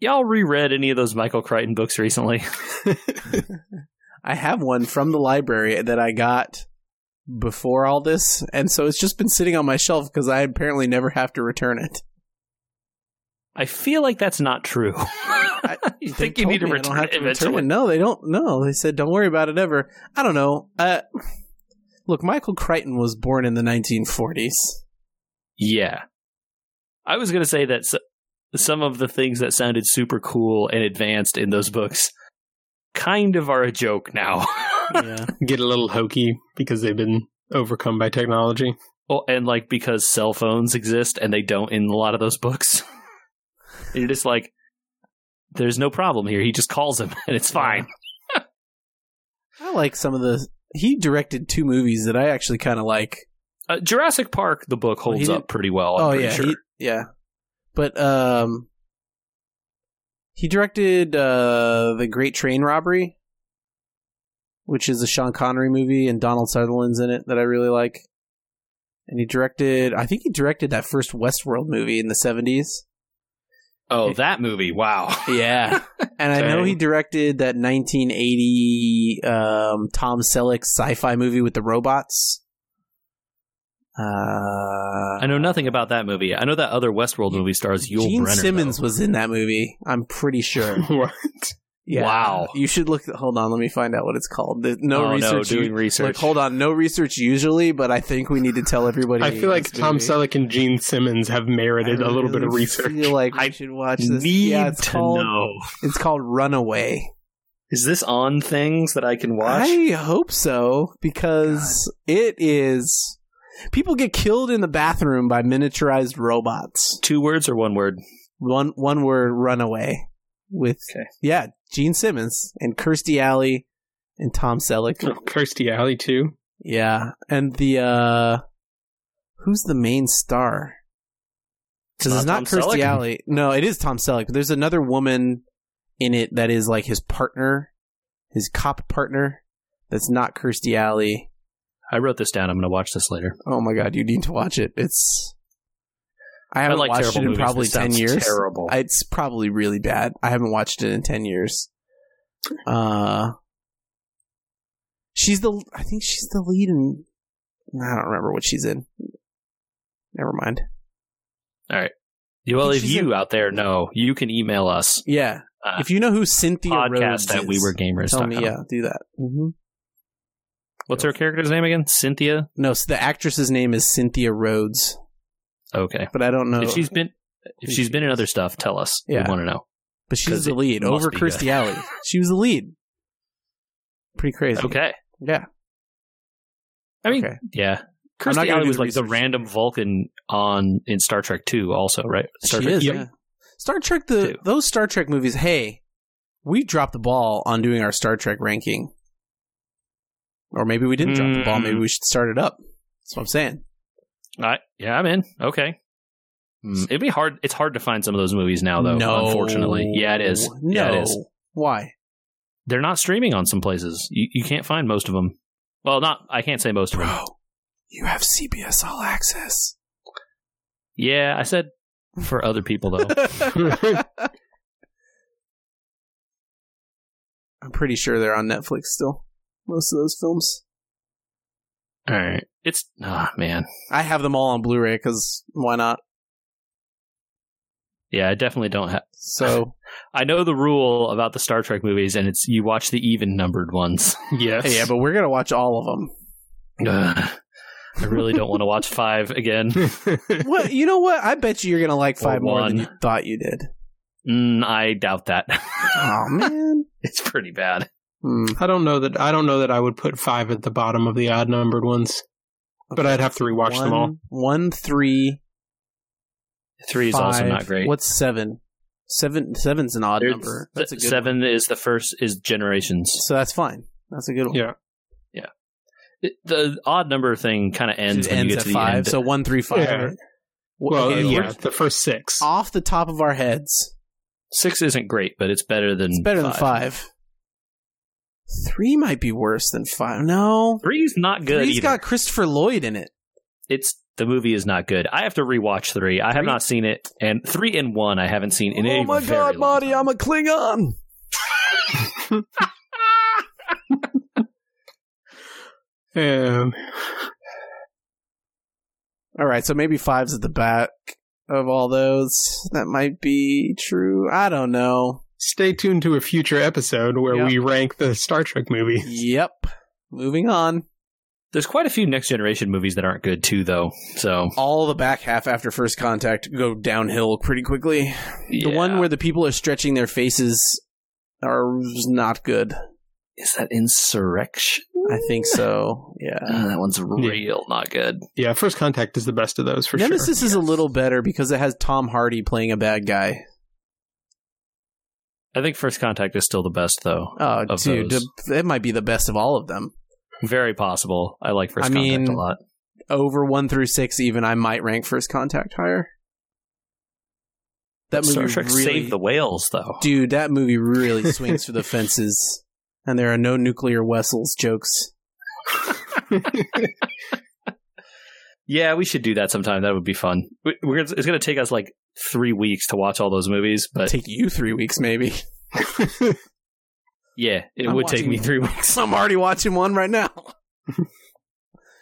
[SPEAKER 1] Y'all reread any of those Michael Crichton books recently?
[SPEAKER 2] i have one from the library that i got before all this and so it's just been sitting on my shelf because i apparently never have to return it
[SPEAKER 1] I feel like that's not true.
[SPEAKER 2] (laughs)
[SPEAKER 1] (laughs) you think
[SPEAKER 2] They
[SPEAKER 1] you
[SPEAKER 2] told
[SPEAKER 1] need to
[SPEAKER 2] me I don't
[SPEAKER 1] return
[SPEAKER 2] have
[SPEAKER 1] it
[SPEAKER 2] to return
[SPEAKER 1] eventually?
[SPEAKER 2] it. No, they don't. No, they said don't worry about it ever. I don't know. Uh, (sighs) look, Michael Crichton was born in the 1940s.
[SPEAKER 1] Yeah. I was going to say that s- some of the things that sounded super cool and advanced in those books kind of are a joke now. (laughs)
[SPEAKER 2] yeah.
[SPEAKER 3] Get a little hokey because they've been overcome by technology. (laughs)
[SPEAKER 1] Oh, and like because cell phones exist and they don't in a lot of those books. (laughs) You're just like, there's no problem here. He just calls him (laughs) and it's fine.
[SPEAKER 2] I like some of the. He directed two movies that I actually kind of like.
[SPEAKER 1] Uh, Jurassic Park, the book
[SPEAKER 2] Well, he
[SPEAKER 1] holds
[SPEAKER 2] did-
[SPEAKER 1] up pretty well. I'm
[SPEAKER 2] oh
[SPEAKER 1] pretty
[SPEAKER 2] yeah,
[SPEAKER 1] sure.
[SPEAKER 2] he- yeah. But um, he directed uh the Great Train Robbery, which is a Sean Connery movie, and Donald Sutherland's in it that I really like. And he directed, I think he directed that first Westworld movie in the seventies.
[SPEAKER 1] oh, that movie. Wow. (laughs)
[SPEAKER 2] Yeah, (laughs) and I know
[SPEAKER 3] Dang.
[SPEAKER 2] he directed that 1980 um, Tom Selleck sci-fi movie with the robots. Uh,
[SPEAKER 1] I know nothing about that movie. I know that other Westworld movie stars Yul
[SPEAKER 2] Gene
[SPEAKER 1] Brynner.
[SPEAKER 2] Simmons
[SPEAKER 1] though.
[SPEAKER 2] was in that movie. I'm pretty
[SPEAKER 1] (laughs)
[SPEAKER 2] sure.
[SPEAKER 3] What?
[SPEAKER 1] Wow.
[SPEAKER 2] You should look. Hold on. Let me find out what it's called. There's no
[SPEAKER 1] Oh,
[SPEAKER 2] research.
[SPEAKER 1] doing
[SPEAKER 2] u-
[SPEAKER 1] research.
[SPEAKER 2] Like, hold on. No research usually, but I think we need to tell everybody.
[SPEAKER 3] I feel like
[SPEAKER 2] this
[SPEAKER 3] Tom
[SPEAKER 2] movie.
[SPEAKER 3] Selleck and Gene Simmons have merited
[SPEAKER 2] I
[SPEAKER 3] a little bit of
[SPEAKER 2] really
[SPEAKER 3] research.
[SPEAKER 2] (laughs) Feel like we
[SPEAKER 1] I
[SPEAKER 2] should watch this.
[SPEAKER 1] Need
[SPEAKER 2] yeah, it's
[SPEAKER 1] to
[SPEAKER 2] called
[SPEAKER 1] know.
[SPEAKER 2] it's called Runaway.
[SPEAKER 1] Is this on things that I can watch?
[SPEAKER 2] I hope so because it is. People get killed in the bathroom by miniaturized robots.
[SPEAKER 1] Two words or one word?
[SPEAKER 2] one one word runaway with
[SPEAKER 1] Okay.
[SPEAKER 2] yeah Gene Simmons and Kirstie Alley and Tom Selleck
[SPEAKER 3] Oh, Kirstie Alley too. (laughs)
[SPEAKER 2] yeah and the uh who's the main star because it's
[SPEAKER 1] Not
[SPEAKER 2] not
[SPEAKER 1] Tom
[SPEAKER 2] Kirstie
[SPEAKER 1] Selleck?
[SPEAKER 2] Alley no it is Tom Selleck but there's another woman in it that is like his partner his cop partner that's not Kirstie Alley
[SPEAKER 1] I wrote this down. I'm going to watch this later.
[SPEAKER 2] oh my god you need to watch it it's I
[SPEAKER 1] I
[SPEAKER 2] haven't
[SPEAKER 1] like
[SPEAKER 2] watched
[SPEAKER 1] terrible
[SPEAKER 2] it in
[SPEAKER 1] movies.
[SPEAKER 2] probably
[SPEAKER 1] This
[SPEAKER 2] ten
[SPEAKER 1] sounds
[SPEAKER 2] years
[SPEAKER 1] Terrible.
[SPEAKER 2] It's probably really bad. I haven't watched it in ten years. Uh, she's the. I think she's the lead in. I don't remember what she's in. Never mind.
[SPEAKER 1] well,
[SPEAKER 2] think
[SPEAKER 1] if
[SPEAKER 2] she's
[SPEAKER 1] you out there know, you can email us
[SPEAKER 2] Yeah.
[SPEAKER 1] Uh,
[SPEAKER 2] if you know who Cynthia Rhodes
[SPEAKER 1] podcast at
[SPEAKER 2] is,
[SPEAKER 1] we were gamers.
[SPEAKER 2] tell me. Yeah, do that. Mm-hmm.
[SPEAKER 1] What's her character's name again? Cynthia.
[SPEAKER 2] No, so the actress's name is Cynthia Rhodes,
[SPEAKER 1] Okay.
[SPEAKER 2] but I don't know.
[SPEAKER 1] If she's been if she's been in other stuff, tell us.
[SPEAKER 2] Oh. Yeah.
[SPEAKER 1] We want to know.
[SPEAKER 2] but
[SPEAKER 1] 'cause
[SPEAKER 2] she's the
[SPEAKER 1] it
[SPEAKER 2] lead
[SPEAKER 1] must
[SPEAKER 2] over
[SPEAKER 1] be good. (laughs)
[SPEAKER 2] Kirstie Alley. She was the lead. Pretty crazy.
[SPEAKER 1] Okay.
[SPEAKER 2] Yeah.
[SPEAKER 1] I mean,
[SPEAKER 2] Okay.
[SPEAKER 1] yeah. Kirstie
[SPEAKER 2] not gonna
[SPEAKER 1] Alley
[SPEAKER 2] do
[SPEAKER 1] was
[SPEAKER 2] the
[SPEAKER 1] like the
[SPEAKER 2] research.
[SPEAKER 1] random Vulcan on in Star Trek 2 also, right? Star
[SPEAKER 2] she
[SPEAKER 1] Trek
[SPEAKER 2] is.
[SPEAKER 3] Yep.
[SPEAKER 2] yeah. Star Trek the
[SPEAKER 1] Two.
[SPEAKER 2] those Star Trek movies. Hey, we dropped the ball on doing our Star Trek ranking, or maybe we didn't drop the ball.
[SPEAKER 1] Mm.
[SPEAKER 2] Maybe we should start it up. That's what I'm saying.
[SPEAKER 1] I, yeah, I'm in. Okay. Mm, it'd be hard. It's hard to find some of those movies now, though.
[SPEAKER 2] Hmm. no,
[SPEAKER 1] Unfortunately, yeah, it is.
[SPEAKER 2] No,
[SPEAKER 1] Yeah, it is.
[SPEAKER 2] why?
[SPEAKER 1] They're not streaming on some places. You, you can't find most of them.
[SPEAKER 2] (sighs)
[SPEAKER 1] Well, not. I can't say most of them.
[SPEAKER 2] you have CBS All Access.
[SPEAKER 1] Yeah, I said for other people
[SPEAKER 2] (laughs)
[SPEAKER 1] though.
[SPEAKER 2] I'm pretty sure they're on Netflix still. Most of those films.
[SPEAKER 1] All right. It's ah man.
[SPEAKER 2] I have them all on Blu-ray because why not?
[SPEAKER 1] Yeah, I definitely don't have.
[SPEAKER 2] So
[SPEAKER 1] I know the rule about the Star Trek movies, and it's you watch the even numbered ones. (laughs)
[SPEAKER 3] yes.
[SPEAKER 2] (laughs) yeah, but we're gonna watch all of them.
[SPEAKER 1] Ugh. I really don't want to watch five again.
[SPEAKER 2] what you know what? I bet you you're gonna like
[SPEAKER 1] Or
[SPEAKER 2] five more
[SPEAKER 1] one.
[SPEAKER 2] than you thought you did.
[SPEAKER 1] Mm, I doubt that. (laughs)
[SPEAKER 2] Oh man.
[SPEAKER 1] it's pretty bad.
[SPEAKER 2] Hmm.
[SPEAKER 3] (laughs) I don't know that I don't know that I would put five at the bottom of the odd numbered ones, but I'd have to rewatch
[SPEAKER 2] One-
[SPEAKER 3] them all.
[SPEAKER 2] One, three,
[SPEAKER 1] Three is also
[SPEAKER 2] five.
[SPEAKER 1] not great.
[SPEAKER 2] What's seven? Seven seven's an odd
[SPEAKER 1] There's-
[SPEAKER 2] number. That's a good
[SPEAKER 1] Seven is the first is generations.
[SPEAKER 2] So that's fine. That's a good one.
[SPEAKER 3] Yeah.
[SPEAKER 1] It- the odd number thing kind of ends
[SPEAKER 2] Just
[SPEAKER 1] when you
[SPEAKER 2] ends
[SPEAKER 1] get
[SPEAKER 2] at
[SPEAKER 1] to the
[SPEAKER 2] five.
[SPEAKER 1] end.
[SPEAKER 2] So one, three, five.
[SPEAKER 3] Yeah.
[SPEAKER 2] Wha-
[SPEAKER 3] Well,
[SPEAKER 2] okay,
[SPEAKER 3] yeah,
[SPEAKER 2] we're-
[SPEAKER 3] the first six.
[SPEAKER 2] Off the top of our heads,
[SPEAKER 1] Six isn't great, but it's better than
[SPEAKER 2] it's better than five. Three might be worse than five. No,
[SPEAKER 1] Three's not good.
[SPEAKER 2] three's
[SPEAKER 1] either.
[SPEAKER 2] got Christopher Lloyd in it.
[SPEAKER 1] it's the movie is not good. I have to rewatch three. I have
[SPEAKER 2] Three?
[SPEAKER 1] not seen it, and three and one I haven't seen in a
[SPEAKER 2] oh my
[SPEAKER 1] very
[SPEAKER 2] God,
[SPEAKER 1] long
[SPEAKER 2] Marty,
[SPEAKER 1] time.
[SPEAKER 2] I'm a Klingon.
[SPEAKER 3] Um,
[SPEAKER 2] All right, so maybe five's at the back of all those. That might be true. I don't know.
[SPEAKER 3] stay tuned to a future episode where
[SPEAKER 2] Yeah.
[SPEAKER 3] we rank the Star Trek movie.
[SPEAKER 2] yep. Moving on.
[SPEAKER 1] There's quite a few next generation movies that aren't good too, though. So
[SPEAKER 2] All the back half after first contact go downhill pretty quickly. The one where the people are stretching their faces are not good.
[SPEAKER 1] is that Insurrection?
[SPEAKER 2] I think so. Yeah.
[SPEAKER 1] Uh, that one's real not good.
[SPEAKER 3] Yeah, First Contact is the best of those for
[SPEAKER 2] Nemesis is a little better because it has Tom Hardy playing a bad guy.
[SPEAKER 1] I think First Contact is still the best though.
[SPEAKER 2] Oh,
[SPEAKER 1] Of
[SPEAKER 2] dude,
[SPEAKER 1] those.
[SPEAKER 2] the- it might be the best of all of them.
[SPEAKER 1] Very possible. I like First
[SPEAKER 2] I
[SPEAKER 1] Contact
[SPEAKER 2] mean-
[SPEAKER 1] a lot.
[SPEAKER 2] Over one through six, even I might rank First Contact higher. That movie
[SPEAKER 1] Star Trek
[SPEAKER 2] really,
[SPEAKER 1] Save the Whales though.
[SPEAKER 2] dude. That
[SPEAKER 1] (laughs)
[SPEAKER 2] movie really swings for the fences, and there are no nuclear vessels jokes.
[SPEAKER 3] sure.
[SPEAKER 1] Yeah, we should do that sometime. That would be fun. We- We're gonna, it's going to take us like three weeks to watch all those movies, but
[SPEAKER 2] Take you three weeks, maybe. (laughs)
[SPEAKER 1] yeah, it
[SPEAKER 2] I'm
[SPEAKER 1] would take
[SPEAKER 2] watching-
[SPEAKER 1] me three weeks.
[SPEAKER 2] I'm already watching one right now.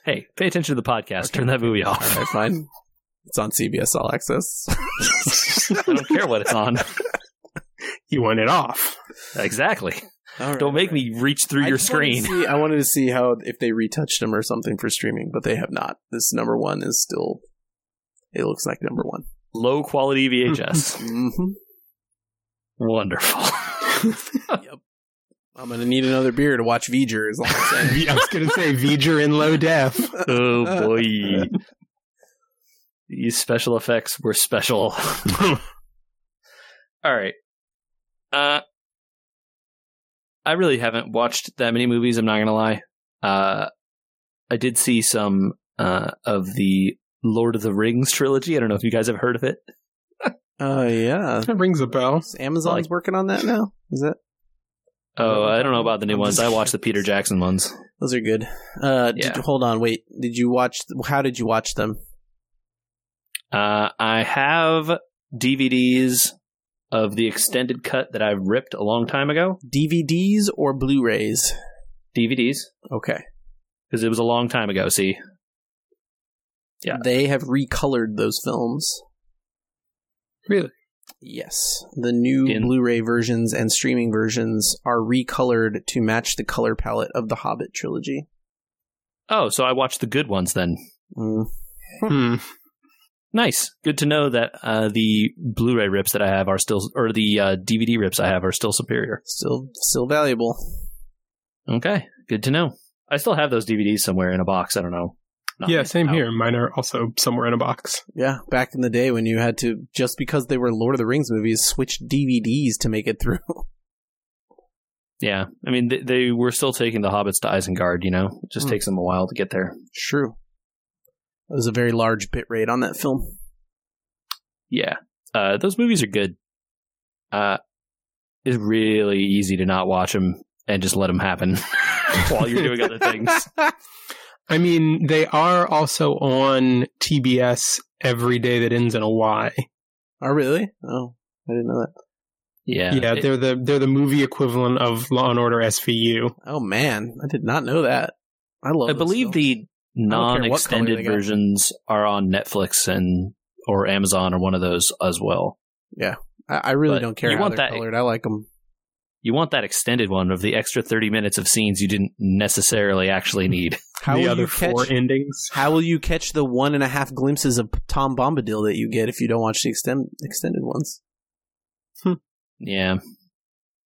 [SPEAKER 1] Hey, pay attention to the podcast.
[SPEAKER 2] Okay.
[SPEAKER 1] Turn that movie
[SPEAKER 2] All
[SPEAKER 1] off.
[SPEAKER 2] right, fine. It's on CBS All
[SPEAKER 1] (laughs)
[SPEAKER 2] Access.
[SPEAKER 1] I don't care what it's on.
[SPEAKER 3] you want it off.
[SPEAKER 1] exactly.
[SPEAKER 2] All right,
[SPEAKER 1] Don't make me reach through
[SPEAKER 2] I
[SPEAKER 1] your
[SPEAKER 2] just wanted
[SPEAKER 1] screen.
[SPEAKER 2] to see- I wanted
[SPEAKER 1] (laughs)
[SPEAKER 2] to see how if they retouched them or something for streaming, but they have not. This number one is still. It looks like number one.
[SPEAKER 1] Low quality
[SPEAKER 2] (laughs)
[SPEAKER 1] VHS.
[SPEAKER 2] Mm-hmm.
[SPEAKER 1] Wonderful. (laughs)
[SPEAKER 2] yep. I'm gonna need another beer to watch V'ger. Is all I'm saying.
[SPEAKER 3] I was going to say V'ger in low def.
[SPEAKER 1] (laughs) oh boy. These special effects were special. (laughs) All right. Uh, I really haven't watched that many movies. I'm not gonna lie. Uh, I did see some uh, of the Lord of the Rings trilogy. I don't know if you guys have heard of it.
[SPEAKER 2] (laughs) uh, yeah.
[SPEAKER 3] (laughs) that rings a bell.
[SPEAKER 2] Is Amazon's
[SPEAKER 1] Like-
[SPEAKER 2] working on that now. Is that
[SPEAKER 1] Oh, I don't know about the new
[SPEAKER 2] I'm
[SPEAKER 1] ones.
[SPEAKER 2] just-
[SPEAKER 1] I watched the Peter Jackson ones.
[SPEAKER 2] those are good? Uh, did
[SPEAKER 1] Yeah.
[SPEAKER 2] you, hold on, wait. Did you watch? How did you watch them?
[SPEAKER 1] Uh, I have DVDs of the extended cut that I ripped a long time ago.
[SPEAKER 2] DVDs or Blu-rays?
[SPEAKER 1] DVDs
[SPEAKER 2] Okay.
[SPEAKER 1] because it was a long time ago. See, Yeah.
[SPEAKER 2] They have recolored those films.
[SPEAKER 3] Really?
[SPEAKER 2] Yes. The new
[SPEAKER 1] In-
[SPEAKER 2] Blu ray versions and streaming versions are recolored to match the color palette of the Hobbit trilogy.
[SPEAKER 1] oh, so I watched the good ones then.
[SPEAKER 2] Mm.
[SPEAKER 3] Hmm.
[SPEAKER 1] Nice. Good to know that uh, the Blu-ray rips that I have are still, or the uh, DVD rips I have are still superior.
[SPEAKER 2] Still still valuable.
[SPEAKER 1] Okay. Good to know. I still have those DVDs somewhere in a box. I don't know. Not
[SPEAKER 3] Yeah,
[SPEAKER 1] missed
[SPEAKER 3] same
[SPEAKER 1] out.
[SPEAKER 3] here. Mine are also somewhere in a box.
[SPEAKER 2] Yeah. Back in the day when you had to just because they were Lord of the Rings movies, switch DVDs to make it through. (laughs)
[SPEAKER 1] Yeah. I mean, they, they were still taking the Hobbits to Isengard. You know, it just
[SPEAKER 2] Hmm.
[SPEAKER 1] takes them a while to get there.
[SPEAKER 2] True. It was a very large bit rate on that film.
[SPEAKER 1] Yeah. Uh, those movies are good. Uh, it's really (laughs)
[SPEAKER 3] (laughs)
[SPEAKER 1] easy to not watch them and just let them happen while you're doing other things.
[SPEAKER 3] I mean, they are also on TBS every day that ends in a Y.
[SPEAKER 2] Oh, really? Oh, I didn't know that.
[SPEAKER 1] Yeah,
[SPEAKER 3] Yeah,
[SPEAKER 1] It-
[SPEAKER 3] they're the they're the movie equivalent of Law and Order SVU.
[SPEAKER 2] Oh man, I did not know that. I love.
[SPEAKER 1] I
[SPEAKER 2] this
[SPEAKER 1] believe
[SPEAKER 2] stuff.
[SPEAKER 1] the
[SPEAKER 2] don't care what color they
[SPEAKER 1] non-extended
[SPEAKER 2] got.
[SPEAKER 1] versions are on Netflix and or Amazon or one of those as well.
[SPEAKER 2] I, I really
[SPEAKER 1] but
[SPEAKER 2] don't care
[SPEAKER 1] you
[SPEAKER 2] how
[SPEAKER 1] want
[SPEAKER 2] they're
[SPEAKER 1] that-
[SPEAKER 2] colored. I like them.
[SPEAKER 1] You want that extended one of the extra 30 minutes of scenes you didn't necessarily actually need. (laughs)
[SPEAKER 2] How
[SPEAKER 3] the
[SPEAKER 2] will
[SPEAKER 3] other
[SPEAKER 2] you catch?
[SPEAKER 3] four endings.
[SPEAKER 2] how will you catch the one and a half glimpses of Tom Bombadil that you get if you don't watch the extend, extended ones?
[SPEAKER 1] Yeah.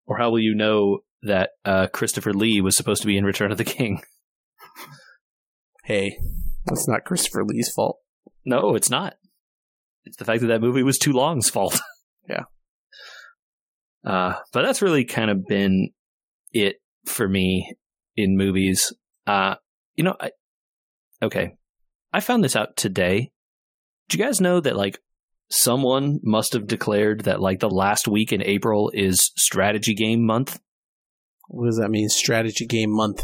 [SPEAKER 1] Or how will you know that uh, Christopher Lee was supposed to be in Return of the King?
[SPEAKER 2] Hey, that's not Christopher Lee's fault.
[SPEAKER 1] No, it's not. It's the fact that that movie was too long's fault. (laughs)
[SPEAKER 2] Yeah.
[SPEAKER 1] Uh, but that's really kind of been it for me in movies. Uh, you know, I, okay. I found this out today. Do you guys know that, like, someone must have declared that, like, the last week in April is strategy game month?
[SPEAKER 2] What does that mean? Strategy game month.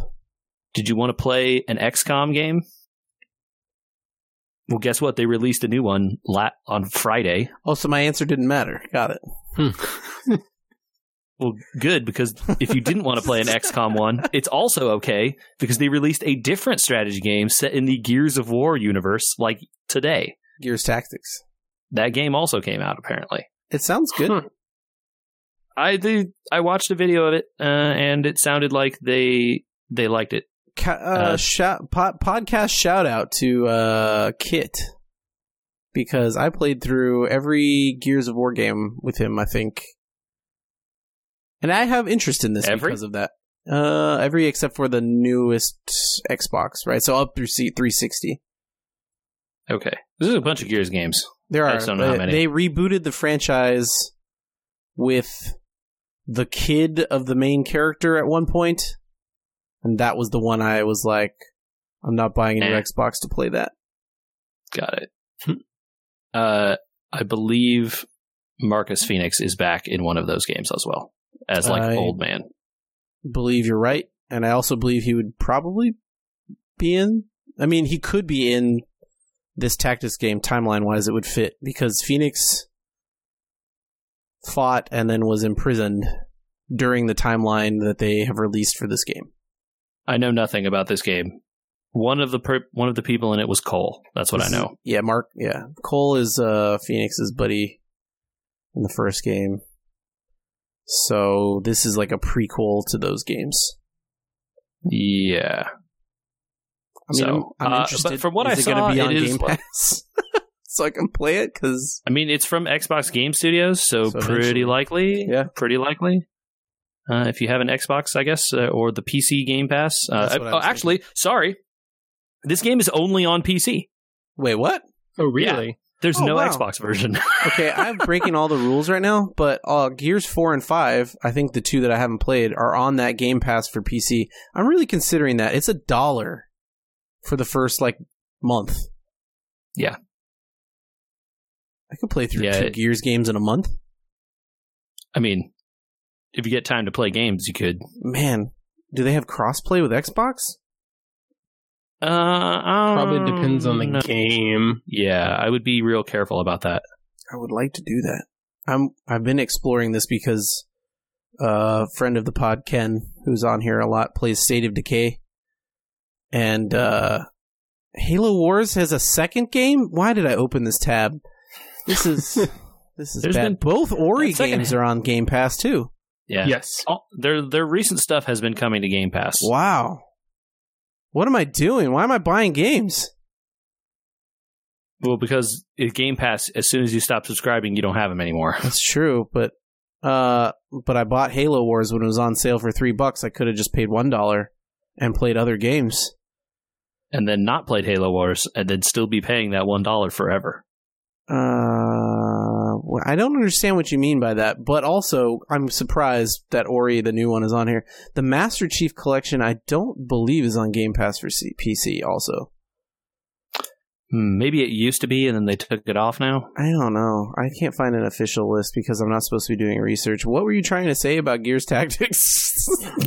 [SPEAKER 1] Did you want to play an XCOM game? Well, guess what? They released a new one la- on Friday.
[SPEAKER 2] Oh, so my answer didn't matter. Got it.
[SPEAKER 1] Well, good because if you didn't want to play an XCOM one, it's also okay because they released a different strategy game set in the Gears of War universe like today.
[SPEAKER 2] Gears Tactics.
[SPEAKER 1] That game also came out apparently.
[SPEAKER 2] It sounds good.
[SPEAKER 3] Huh.
[SPEAKER 1] I did, I watched a video of it uh, and it sounded like they they liked it.
[SPEAKER 2] Ca- uh,
[SPEAKER 1] Uh,
[SPEAKER 2] shout, pod, podcast shout out to uh, Kit because I played through every Gears of War game with him, I think, and I have interest in this
[SPEAKER 1] Every?
[SPEAKER 2] because of that. Uh, every except for the newest Xbox, right? So up through C- 360.
[SPEAKER 1] Okay, this is a bunch of Gears games.
[SPEAKER 2] There
[SPEAKER 1] I
[SPEAKER 2] are.
[SPEAKER 1] just don't know how
[SPEAKER 2] but
[SPEAKER 1] many.
[SPEAKER 2] They rebooted the franchise with the kid of the main character at one point, and that was the one I was like, I'm not buying a new
[SPEAKER 1] Eh.
[SPEAKER 2] Xbox to play that.
[SPEAKER 1] Got it. uh, I believe Marcus Phoenix is back in one of those games as well as like
[SPEAKER 2] I-
[SPEAKER 1] old man.
[SPEAKER 2] Believe you're right, and I also believe he would probably be in. I mean, he could be in this tactics game timeline wise. It would fit because Phoenix fought and then was imprisoned during the timeline that they have released for this game.
[SPEAKER 1] I know nothing about this game. One of the per- one of the people in it was Cole. That's what I
[SPEAKER 2] This is-
[SPEAKER 1] know.
[SPEAKER 2] yeah, Mark. Yeah, Cole is uh, Phoenix's buddy in the first game. So this is like a prequel to those games.
[SPEAKER 1] Yeah.
[SPEAKER 2] I mean,
[SPEAKER 1] So,
[SPEAKER 2] I'm, I'm
[SPEAKER 1] uh, but
[SPEAKER 2] interested.
[SPEAKER 1] from what
[SPEAKER 2] is
[SPEAKER 1] I
[SPEAKER 2] it gonna
[SPEAKER 1] saw,
[SPEAKER 2] be
[SPEAKER 1] it
[SPEAKER 2] on
[SPEAKER 1] is-
[SPEAKER 2] Game Pass, (laughs) so I can play it because
[SPEAKER 1] I mean, it's from Xbox Game Studios, so,
[SPEAKER 2] So eventually.
[SPEAKER 1] pretty likely.
[SPEAKER 2] Yeah.
[SPEAKER 1] Pretty likely. Uh, if you have an Xbox, I guess, uh, or the PC Game Pass. Uh,
[SPEAKER 2] That's what I
[SPEAKER 1] oh,
[SPEAKER 2] was
[SPEAKER 1] actually, sorry. This game is only on PC.
[SPEAKER 2] wait, what?
[SPEAKER 3] Oh, really?
[SPEAKER 1] There's
[SPEAKER 2] Oh,
[SPEAKER 1] no
[SPEAKER 2] wow.
[SPEAKER 1] Xbox version. (laughs)
[SPEAKER 2] Okay, I'm breaking all the rules right now, but uh, Gears four and five, I think the two that I haven't played are on that Game Pass for PC. I'm really considering that. It's a dollar for the first like month.
[SPEAKER 1] Yeah.
[SPEAKER 2] I could play through
[SPEAKER 1] Yeah,
[SPEAKER 2] two
[SPEAKER 1] it-
[SPEAKER 2] Gears games in a month.
[SPEAKER 1] I mean, if you get time to play games, you could.
[SPEAKER 2] Man, do they have crossplay with Xbox?
[SPEAKER 1] Uh, I
[SPEAKER 3] Probably
[SPEAKER 1] don't
[SPEAKER 3] depends on the
[SPEAKER 1] know.
[SPEAKER 3] game.
[SPEAKER 1] Yeah, I would be real careful about that.
[SPEAKER 2] I would like to do that. I'm I've been exploring this because uh, a friend of the pod Ken, who's on here a lot, plays State of Decay, and uh, Halo Wars has a second game. Why did I open this tab? This (laughs) is this is
[SPEAKER 1] There's
[SPEAKER 2] bad.
[SPEAKER 1] been-
[SPEAKER 2] Both Ori
[SPEAKER 1] that second-
[SPEAKER 2] games are on Game Pass too.
[SPEAKER 1] Yeah.
[SPEAKER 3] Yes.
[SPEAKER 1] All, Oh, their their recent stuff has been coming to Game Pass.
[SPEAKER 2] Wow, what am I doing? Why am I buying games?
[SPEAKER 1] Well, because it- Game Pass, as soon as you stop subscribing, you don't have them anymore.
[SPEAKER 2] That's true, but uh, but I bought Halo Wars when it was on sale for three bucks. I could have just paid one dollar and played other games.
[SPEAKER 1] And then not played Halo Wars, and then still be paying that one dollar forever.
[SPEAKER 2] Uh, well, I don't understand what you mean by that, but also I'm surprised that Ori, the new one, is on here. The Master Chief Collection, I don't believe, is on Game Pass for C- PC. Also,
[SPEAKER 1] Hmm, maybe it used to be, and then they took it off now.
[SPEAKER 2] I don't know. I can't find an official list because I'm not supposed to be doing research. What were you trying to say about Gears Tactics?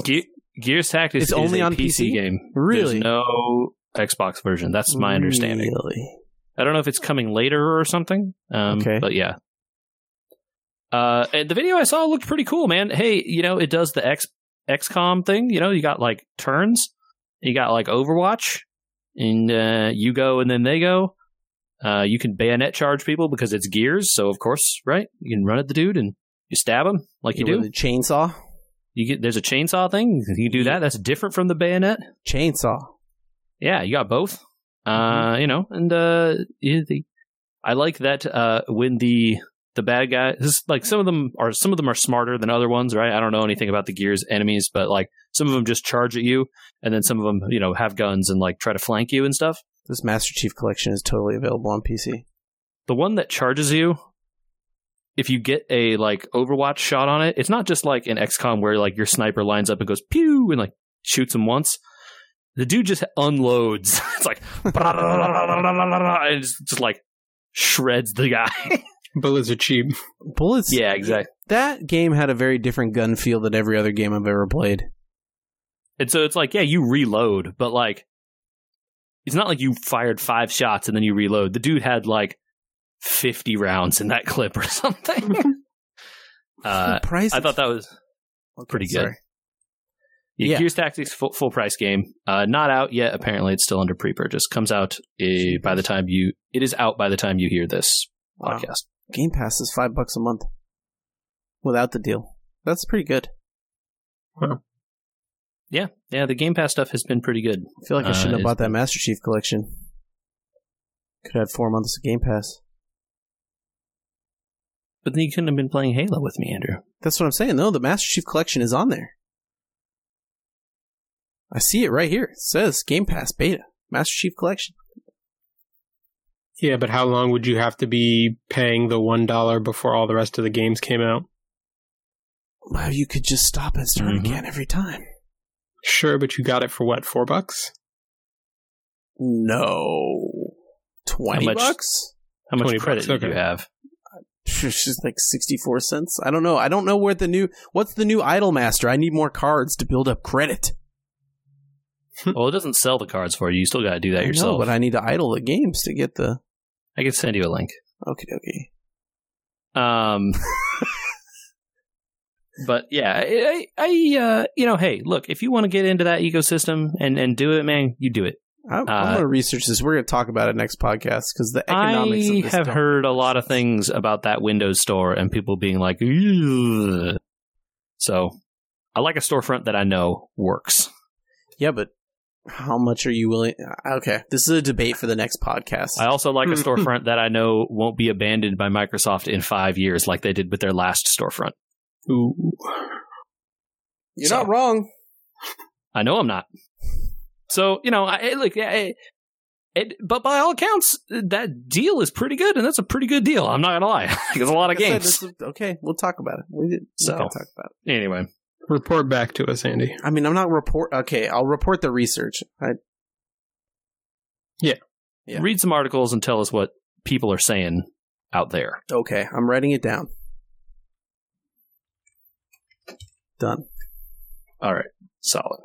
[SPEAKER 1] Ge- Gears Tactics
[SPEAKER 2] It's
[SPEAKER 1] is
[SPEAKER 2] only
[SPEAKER 1] a
[SPEAKER 2] on
[SPEAKER 1] PC,
[SPEAKER 2] PC?
[SPEAKER 1] game.
[SPEAKER 2] Really?
[SPEAKER 1] There's no Xbox version. That's my understanding.
[SPEAKER 2] Really?
[SPEAKER 1] I don't know if it's coming later or something. Um,
[SPEAKER 2] Okay.
[SPEAKER 1] But yeah. Uh, and the video I saw looked pretty cool, man. Hey, you know, it does the X XCOM thing. You know, you got like turns, you got like Overwatch, and uh, you go and then they go. Uh, you can bayonet charge people because it's gears, so of course, right? You can run at the dude and you stab him like you do.
[SPEAKER 2] With a chainsaw?
[SPEAKER 1] You get there's a chainsaw thing. You can do that. That's different from the bayonet.
[SPEAKER 2] Chainsaw.
[SPEAKER 1] Yeah, you got both. Uh, you know, and uh, yeah, the, I like that uh, when the the bad guys this- like some of them are some of them are smarter than other ones, right? I don't know anything about the Gears enemies, but like some of them just charge at you, and then some of them you know have guns and like try to flank you and stuff.
[SPEAKER 2] This Master Chief collection is totally available on PC.
[SPEAKER 1] The one that charges you, if you get a like Overwatch shot on it, it's not just like in XCOM where like your sniper lines up and goes pew and like shoots him once. The dude just unloads. (laughs) It's like and just, just like shreds the guy. (laughs)
[SPEAKER 3] Bullets are cheap.
[SPEAKER 2] Bullets.
[SPEAKER 1] yeah, exactly.
[SPEAKER 2] That game had a very different gun feel than every other game I've ever played.
[SPEAKER 1] And so it's like, yeah, you reload, but like, it's not like you fired five shots and then you reload. The dude had like fifty rounds in that (laughs) clip or something. uh,
[SPEAKER 2] Full price.
[SPEAKER 1] I thought that was
[SPEAKER 2] Okay,
[SPEAKER 1] pretty good.
[SPEAKER 2] sorry.
[SPEAKER 1] Yeah,
[SPEAKER 2] Yeah.
[SPEAKER 1] Gears Tactics full, full price game. Uh, not out yet. Apparently, it's still under pre-purchase. Comes out uh, by the time you. It is out by the time you hear this
[SPEAKER 2] Wow.
[SPEAKER 1] podcast.
[SPEAKER 2] Game Pass is five bucks a month without the deal. That's pretty good.
[SPEAKER 1] Yeah, yeah. The Game Pass stuff has been pretty good.
[SPEAKER 2] I feel like I
[SPEAKER 1] Uh,
[SPEAKER 2] shouldn't have
[SPEAKER 1] it's
[SPEAKER 2] bought that
[SPEAKER 1] been-
[SPEAKER 2] Master Chief collection. Could have four months of Game Pass.
[SPEAKER 1] But then you couldn't have been playing Halo with me, Andrew.
[SPEAKER 2] That's what I'm saying, though. The Master Chief collection is on there. I see it right here. It says Game Pass Beta. Master Chief Collection.
[SPEAKER 3] Yeah, but how long would you have to be paying the one dollar before all the rest of the games came out?
[SPEAKER 2] Wow, you could just stop and start
[SPEAKER 1] Mhm.
[SPEAKER 2] again every time.
[SPEAKER 3] Sure, but you got it for what? Four bucks?
[SPEAKER 2] No. 20
[SPEAKER 1] much-
[SPEAKER 2] bucks? (laughs)
[SPEAKER 1] How much
[SPEAKER 3] 20
[SPEAKER 1] credit
[SPEAKER 3] bucks,
[SPEAKER 1] did you
[SPEAKER 3] okay.
[SPEAKER 1] have?
[SPEAKER 2] It's just like 64 cents. I don't know. I don't know where the new. What's the new Idol Master? I need more cards to build up credit.
[SPEAKER 1] well, it doesn't sell the cards for you. You still got to do
[SPEAKER 2] I
[SPEAKER 1] that
[SPEAKER 2] know,
[SPEAKER 1] yourself.
[SPEAKER 2] but I need to idle the games to get the.
[SPEAKER 1] I can send you a link.
[SPEAKER 2] Okay, okay. (laughs)
[SPEAKER 1] Um, but yeah, I, I I, uh, you know, hey, look, if you want to get into that ecosystem and and do it, man, you do it.
[SPEAKER 2] I'm,
[SPEAKER 1] Uh,
[SPEAKER 2] I'm going to research this. We're going to talk about it next podcast because the economics
[SPEAKER 1] I
[SPEAKER 2] of this
[SPEAKER 1] have
[SPEAKER 2] don't-
[SPEAKER 1] heard a lot of things about that Windows store and people being like, "Ugh." so I like a storefront that I know works.
[SPEAKER 2] Yeah, but how much are you willing? uh, Okay, this is a debate for the next podcast.
[SPEAKER 1] I also like a
[SPEAKER 2] Hmm. (laughs)
[SPEAKER 1] storefront that I know won't be abandoned by Microsoft in five years, like they did with their last storefront.
[SPEAKER 3] Ooh.
[SPEAKER 2] You're
[SPEAKER 1] so-
[SPEAKER 2] not wrong.
[SPEAKER 1] I know I'm not. So you know, I, I- look, I, it, but by all accounts, that deal is pretty good, and that's a pretty good deal. I'm not gonna lie, (laughs) there's a lot of
[SPEAKER 2] Like I said,
[SPEAKER 1] games.
[SPEAKER 2] this is- okay, we'll talk about it. We did
[SPEAKER 1] So-
[SPEAKER 2] so, talk about it.
[SPEAKER 1] anyway,
[SPEAKER 3] Report back to us, Andy.
[SPEAKER 2] I mean, I'm not report. Okay, I'll report the research. I, Yeah.
[SPEAKER 1] read some articles and tell us what people are saying out there.
[SPEAKER 2] okay, I'm writing it down. Done.
[SPEAKER 1] All right. Solid.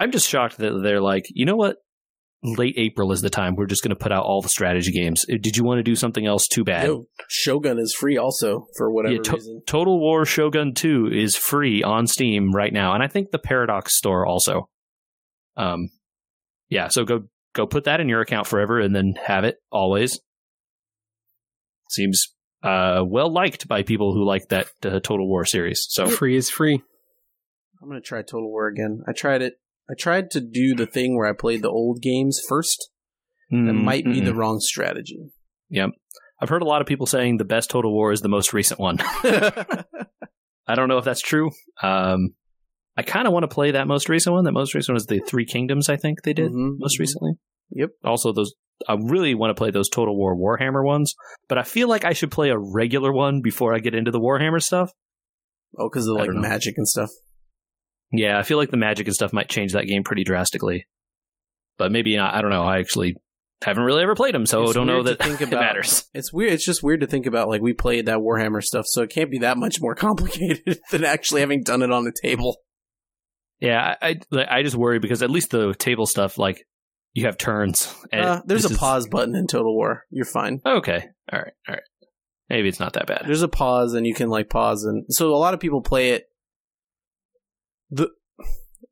[SPEAKER 1] I'm just shocked that they're like, you know what? Late April is the time we're just going to put out all the strategy games. Uh, Did you want to do something else? Too bad.
[SPEAKER 2] Yo, Shogun is free also for whatever
[SPEAKER 1] Yeah, to-
[SPEAKER 2] reason.
[SPEAKER 1] Total War Shogun 2 is free on Steam right now, and I think the Paradox store also. Um, yeah, so go go put that in your account forever, and then have it always. Seems uh, well liked by people who like that uh, Total War series. So
[SPEAKER 3] Free is free.
[SPEAKER 2] I'm gonna try Total War again. I tried it. I tried to do the thing where I played the old games first. That might be
[SPEAKER 1] Mm,
[SPEAKER 2] the wrong strategy.
[SPEAKER 1] I've heard a lot of people saying the best Total War is the most recent one. (laughs) I don't know if that's true. Um, I kind of want to play that most recent one. That most recent one is the Three Kingdoms, I think they did
[SPEAKER 2] Mhm.
[SPEAKER 1] most recently.
[SPEAKER 2] Yep.
[SPEAKER 1] Also, those I really want to play those Total War Warhammer ones, but I feel like I should play a regular one before I get into the Warhammer stuff.
[SPEAKER 2] Oh, because of
[SPEAKER 1] I
[SPEAKER 2] like
[SPEAKER 1] don't know.
[SPEAKER 2] magic and stuff.
[SPEAKER 1] Yeah, I feel like the magic and stuff might change that game pretty drastically. But maybe not. I don't know. I actually haven't really ever played them, so
[SPEAKER 2] It's
[SPEAKER 1] don't know
[SPEAKER 2] weird to
[SPEAKER 1] that (laughs)
[SPEAKER 2] think
[SPEAKER 1] it
[SPEAKER 2] about.
[SPEAKER 1] matters.
[SPEAKER 2] It's weird. It's just weird to think about. Like we played that (laughs) Warhammer stuff, so it can't be that much more complicated than actually having done it on the table.
[SPEAKER 1] Yeah, I, I I just worry because at least the table stuff, like you have turns. and
[SPEAKER 2] Uh, there's
[SPEAKER 1] this
[SPEAKER 2] a
[SPEAKER 1] is-
[SPEAKER 2] pause button in Total War. You're fine.
[SPEAKER 1] Okay, all right, all right. Maybe it's not that bad.
[SPEAKER 2] There's a pause, and you can like pause, and so a lot of people play it. the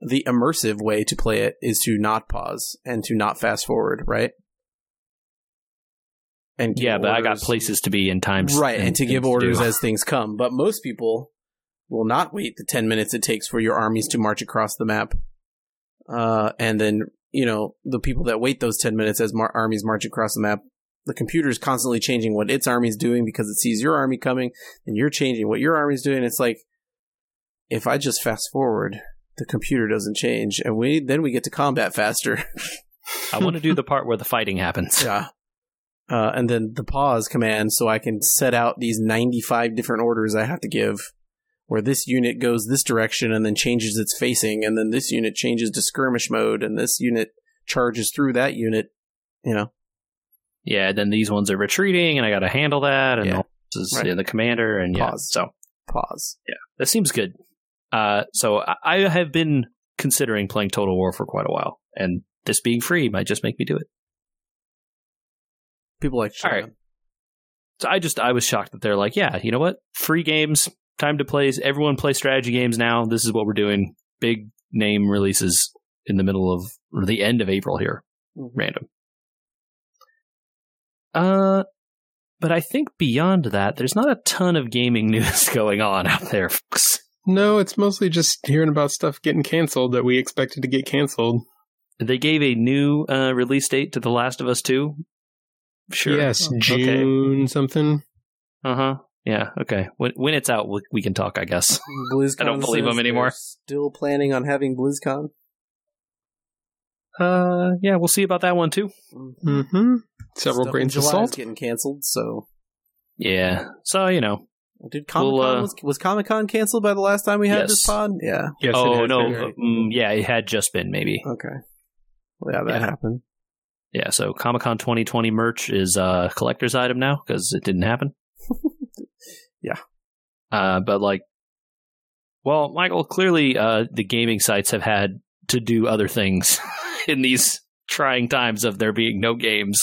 [SPEAKER 2] The immersive way to play it is to not pause and to not fast forward, right? And give
[SPEAKER 1] Yeah, but I got
[SPEAKER 2] orders.
[SPEAKER 1] places to be and times
[SPEAKER 2] right, and, to give
[SPEAKER 1] things
[SPEAKER 2] orders
[SPEAKER 1] do.
[SPEAKER 2] as things come. But most people will not wait the ten minutes it takes for your armies to march across the map, uh, and then you know the people that wait those ten minutes as mar- armies march across the map. The computer's constantly changing what its army's doing because it sees your army coming, and you're changing what your army's doing. It's like if I just fast forward, the computer doesn't change, and we then we get to combat faster.
[SPEAKER 1] (laughs) I want to do
[SPEAKER 2] (laughs)
[SPEAKER 1] the part where the fighting happens.
[SPEAKER 2] Yeah. Uh, and then the pause command, so I can set out these 95 different orders I have to give, where this unit goes this direction and then changes its facing, and then this unit changes to skirmish mode, and this unit charges through that unit. You know,
[SPEAKER 1] Yeah, then these ones are retreating, and I got to handle that, and
[SPEAKER 2] Yeah.
[SPEAKER 1] all this is
[SPEAKER 2] Right.
[SPEAKER 1] in the commander, and yeah,
[SPEAKER 2] Pause.
[SPEAKER 1] so
[SPEAKER 2] pause.
[SPEAKER 1] that seems good. Uh, so I, I have been considering playing Total War for quite a while, and this being free might just make me do it.
[SPEAKER 2] People like,
[SPEAKER 1] All right. So I just I was shocked that they're like, yeah, you know what? Free games, time to play. Everyone play strategy games now. This is what we're doing. Big name releases in the middle of or the end of April here.
[SPEAKER 2] Mhm.
[SPEAKER 1] Random. Uh but I think beyond that, there's not a ton of gaming (laughs) news going on out there, folks.
[SPEAKER 3] No, it's mostly just hearing about stuff getting canceled that we expected to get canceled.
[SPEAKER 1] They gave a new uh, release date to The Last of Us 2. Sure.
[SPEAKER 3] Yes,
[SPEAKER 1] Okay.
[SPEAKER 3] June something.
[SPEAKER 1] Uh huh. Yeah. Okay. When when it's out, we, we can talk. I guess.
[SPEAKER 2] BlizzCon
[SPEAKER 1] I don't believe
[SPEAKER 2] says
[SPEAKER 1] them anymore.
[SPEAKER 2] they're Still planning on having BlizzCon.
[SPEAKER 1] Uh, yeah, we'll see about that one too.
[SPEAKER 3] Mm-hmm. Several
[SPEAKER 2] Mm. Stuff in
[SPEAKER 3] grains of
[SPEAKER 2] July is
[SPEAKER 3] salt.
[SPEAKER 2] getting canceled. So,
[SPEAKER 1] Yeah. So you know.
[SPEAKER 2] did Comic Con
[SPEAKER 1] uh,
[SPEAKER 2] was, was Comic Con canceled by the last time we had
[SPEAKER 1] Yes.
[SPEAKER 2] this pod? Yeah.
[SPEAKER 3] Yes, it
[SPEAKER 1] oh
[SPEAKER 3] has
[SPEAKER 1] no.
[SPEAKER 3] been.
[SPEAKER 2] right?
[SPEAKER 1] mm, yeah, it had just been maybe.
[SPEAKER 2] Okay. Well, yeah, that
[SPEAKER 1] Yeah.
[SPEAKER 2] happened.
[SPEAKER 1] Yeah. So Comic Con 2020 merch is a collector's item now because it didn't happen.
[SPEAKER 2] (laughs) Yeah.
[SPEAKER 1] Uh, but like, well, Michael, clearly uh, the gaming sites have had to do other things (laughs) in these trying times of there being no games.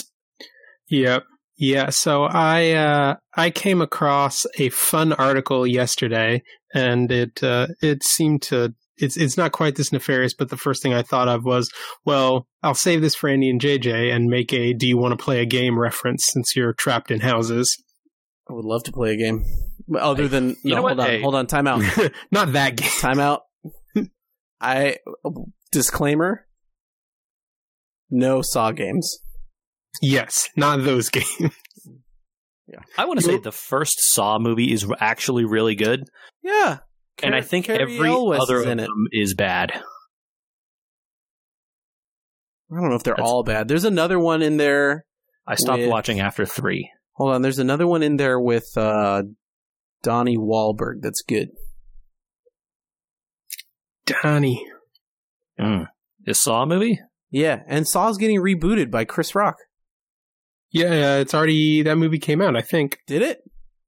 [SPEAKER 3] Yep. Yeah, so I uh, I came across a fun article yesterday, and it uh, it seemed to it's it's not quite this nefarious, but the first thing I thought of was, well, I'll save this for Andy and JJ and make a "Do you want to play a game?" reference since you're trapped in houses.
[SPEAKER 2] I would love to play a game. But other than
[SPEAKER 1] you
[SPEAKER 2] no,
[SPEAKER 1] know what?
[SPEAKER 2] hold on,
[SPEAKER 1] Hey.
[SPEAKER 2] hold on,
[SPEAKER 1] (laughs)
[SPEAKER 2] time out,
[SPEAKER 3] not that (laughs) game.
[SPEAKER 2] time out. I disclaimer: no Saw games.
[SPEAKER 3] Yes, not those (laughs) games.
[SPEAKER 1] I want to say the first Saw movie is actually really good,
[SPEAKER 2] Yeah,
[SPEAKER 1] and
[SPEAKER 2] Car-
[SPEAKER 1] I think
[SPEAKER 2] Carrie
[SPEAKER 1] every
[SPEAKER 2] Elwes
[SPEAKER 1] other
[SPEAKER 2] is
[SPEAKER 1] of
[SPEAKER 2] in it.
[SPEAKER 1] them is bad.
[SPEAKER 2] I don't know if they're
[SPEAKER 1] That's-
[SPEAKER 2] all bad. There's another one in there.
[SPEAKER 1] I stopped
[SPEAKER 2] With-
[SPEAKER 1] watching after three.
[SPEAKER 2] Hold on, there's another one in there with uh, Donnie Wahlberg. That's good.
[SPEAKER 3] Donnie.
[SPEAKER 1] Mm. Is Saw a movie?
[SPEAKER 2] Yeah, and Saw's getting rebooted by Chris Rock.
[SPEAKER 3] Yeah, it's already that movie came out, I think,
[SPEAKER 2] Did it?